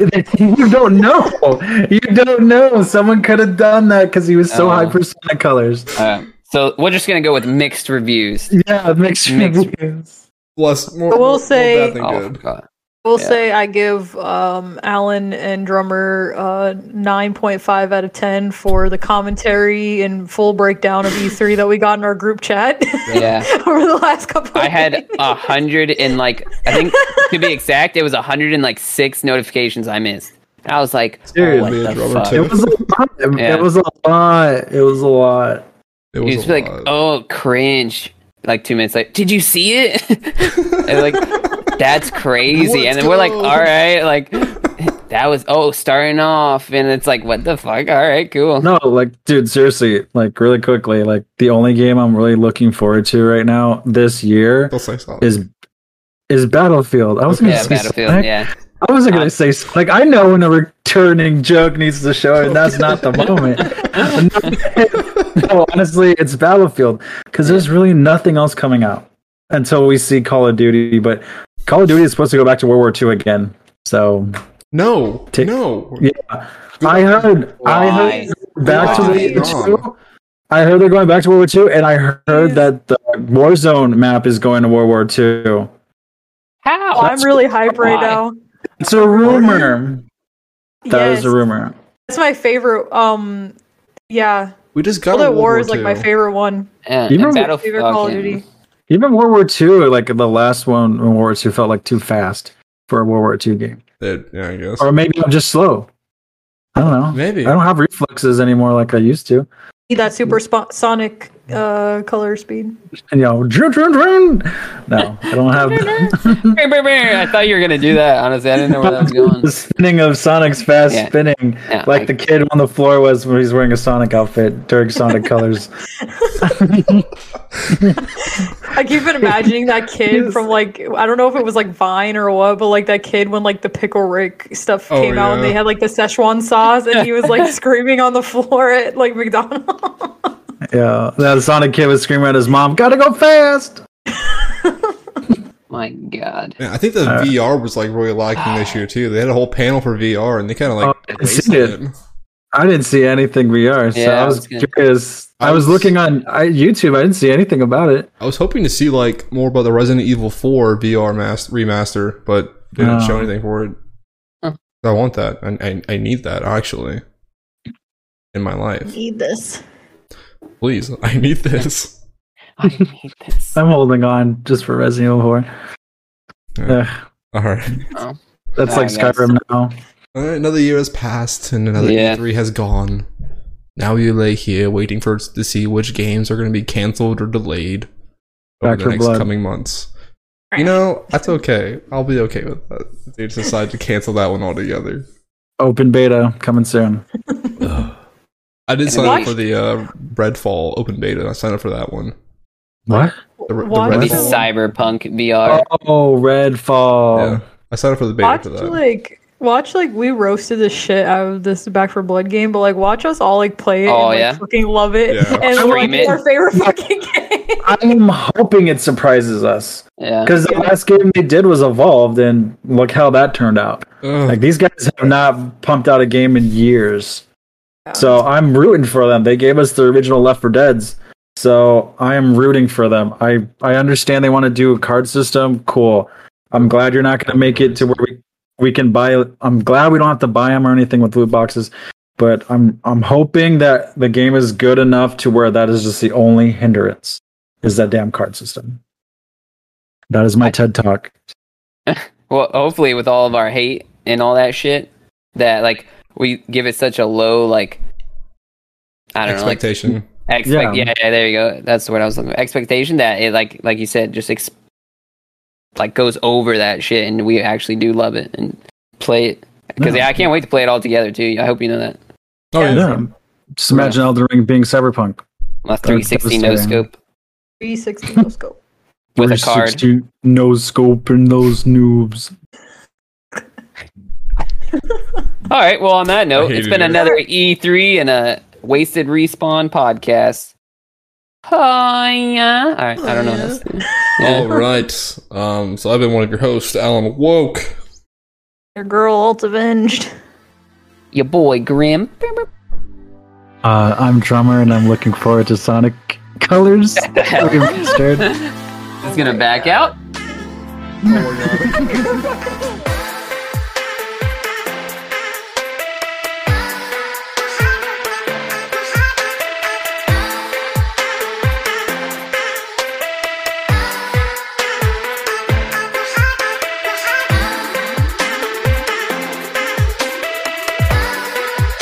A: you don't know. You don't know. Someone could have done that because he was so
D: Oh.
A: high for Sonic colors.
D: Uh, so we're just gonna go with mixed reviews.
A: Yeah, it makes you.
D: Mixed-
B: Plus, more,
C: I will
B: more- more
C: say-
B: bad than
D: Oh,
B: good.
D: God.
C: We'll
D: Yeah.
C: say [LAUGHS] I give um, Alan and Drummer uh, 9.5 out of 10 for the commentary and full breakdown of E3 that we got in our group chat [LAUGHS]
D: Yeah.
C: over the last couple.
D: I
C: of
D: had
C: days.
D: a hundred and like I think to be exact, it was a hundred and like six notifications I missed. And I was like, oh,
A: Dude,
D: what
B: me and
D: the
B: Robert
D: fuck?
B: too.
A: It was a lot. It,
D: Yeah.
A: was a lot. It was a lot.
B: It
D: It
B: was
D: was
B: a
D: like,
B: lot.
D: oh, cringe. Like two minutes, like, did you see it? [LAUGHS]
B: [LAUGHS]
D: and like, oh. that's crazy.
B: Let's
D: and then we're like,
B: go.
D: all right, like, that was oh, starting off, and it's like, what the fuck? All right, cool.
A: No, like, dude, seriously, like, really quickly, like, the only game I'm really looking forward to right now this year
B: Don't say Sonic.
A: is is Battlefield. I was gonna
D: yeah,
A: say
D: Battlefield.
A: Sonic.
D: Yeah, Uh,
A: I wasn't gonna say so- like I know when a returning joke needs to show, and that's not the
D: [LAUGHS]
A: moment. no, honestly, it's Battlefield because there's really nothing else coming out until we see Call of Duty. But Call of Duty is supposed to go back to World War II again. So
B: no,
A: Tick.
B: no.
A: yeah, I heard, I
D: Why?
A: heard back to
B: Why?
A: World War II. I heard they're going back to World War II, and I heard that the Warzone map is going to World War II.
C: Oh,
D: how?
C: I'm really hype right
D: Why?
C: now.
A: It's a rumor. That is
C: yes,
A: a rumor.
C: That's my favorite. Um, yeah,
B: We just got
C: World
B: a
C: at
B: World
C: War is like
B: II.
C: my favorite one.
D: Yeah,
A: You remember-
C: Favorite Call of Duty.
A: Even World War II, like the last one, World War II felt like too fast for a World War II game,
B: That- yeah, I guess.
A: or maybe I'm just slow. I don't know.
B: Maybe.
A: I don't have reflexes anymore like I used to.
C: Need that super spo- sonic uh, color speed.
A: And, you know, droon, droon, droon. no, I don't have [LAUGHS] the,
D: Brr, brr, brr. I thought you were gonna do that. Honestly, I didn't know
A: [LAUGHS]
D: where that was going.
A: the spinning of Sonic's fast
D: Yeah.
A: spinning,
D: Yeah,
A: like
D: I-
A: the kid on the floor was when he's wearing a Sonic outfit during
D: [LAUGHS]
A: Sonic Colors.
C: I keep
B: [LAUGHS]
C: imagining that kid from like I don't know if it was like Vine or what, but like that kid when like the pickle Rick stuff
B: Oh,
C: came out and
B: yeah.
C: they had like the Szechuan sauce and he
B: [LAUGHS]
C: was like screaming on the floor at like McDonald's.
A: Yeah, that Sonic kid was screaming at his mom, "Gotta go fast!"
D: My God.
B: Man, I think
A: Uh,
B: the VR was like really lacking this year too. They had a whole panel for VR, and they kind of like
A: Oh, I
B: wasted
A: see it. I didn't see anything VR, so
D: Yeah,
A: I was
D: that's good.
A: curious. I
B: I
A: was
B: was-
A: looking on I, YouTube. I didn't see anything about it.
B: I was hoping to see like more about the Resident Evil 4 VR mas- remaster, but they didn't
A: No.
B: show anything for it.
D: Huh.
B: I want that. I, I I need that actually in my life.
C: Need this.
B: Please, I need this.
D: I need this.
A: I'm holding on just for Resident Evil 4.
B: Yeah.
A: Ugh,
B: All right.
A: that's like
D: I guess.
A: Skyrim now.
B: All right, another year has passed and another
D: Yeah.
B: E3 has gone. Now you lay here waiting for to see which games are going to be canceled or delayed over
A: Back
B: the
A: for
B: next
A: Blood.
B: coming months. You know, that's okay. I'll be okay with that. if They decide to cancel that one altogether.
A: Open beta coming soon.
B: Ugh. I did sign
C: Why-
B: up for the uh, Redfall open beta. I signed up for that one.
A: What?
B: The, the
C: Why
D: It'd be
C: Redfall.
B: Redfall.
D: Cyberpunk VR.
A: Oh, Redfall.
B: Yeah, I signed up for the beta
C: watch
B: for that.
C: like watch like we roasted the shit out of this Back for Blood game, but like watch us all like play it
D: Oh,
C: and like,
D: yeah?
C: fucking love it
B: Yeah.
C: and like
D: Stream
C: it's
D: it.
C: our favorite fucking [LAUGHS] game.
A: I'm hoping it surprises us
D: Yeah.
A: because the
C: Yeah.
A: last game they did was Evolved, and look how that turned
B: [LAUGHS]
A: out.
B: Ugh.
A: Like these guys have not pumped out a game in years, so I'm rooting for them. They gave us the original Left for Dead's, so I am rooting for them. I I understand they want to do a card system. Cool. I'm glad you're not going to make it to where we we can buy. I'm glad we don't have to buy them or anything with loot boxes. But I'm I'm hoping that the game is good enough to where that is just the only hindrance is that damn card system. That is my TED talk.
D: Well, hopefully, with all of our hate and all that shit, that like we give it such a low like. I don't know, like
B: Expectation.
D: expect.
A: Yeah.
D: Yeah. yeah, there you go. That's the word I was looking. for. Expectation that it like like you said just ex- like goes over that shit, and we actually do love it and play it because
A: Yeah.
D: yeah. I can't wait to play it all together too. I hope you know that
B: oh, yeah.
A: Yeah. Just imagine Elden Ring being cyberpunk.
D: my 360 no
A: devastating.
D: scope
C: three sixty let's go.
D: with a card.
A: 360 No scope and those noobs.
D: All right. Well, on that note,
B: hate
D: it's
B: it
D: been
B: here.
D: another E3 and a wasted respawn podcast. Hi-ya. All right. I don't know. This.
B: All right. Um, so I've been one of your hosts, Alan Woke.
C: Your girl ult [LAUGHS] avenged.
D: Your boy Grim.
A: Uh, I'm drummer and I'm looking forward to Sonic Colors. Remastered.
D: He's gonna back out.
B: Oh, my God.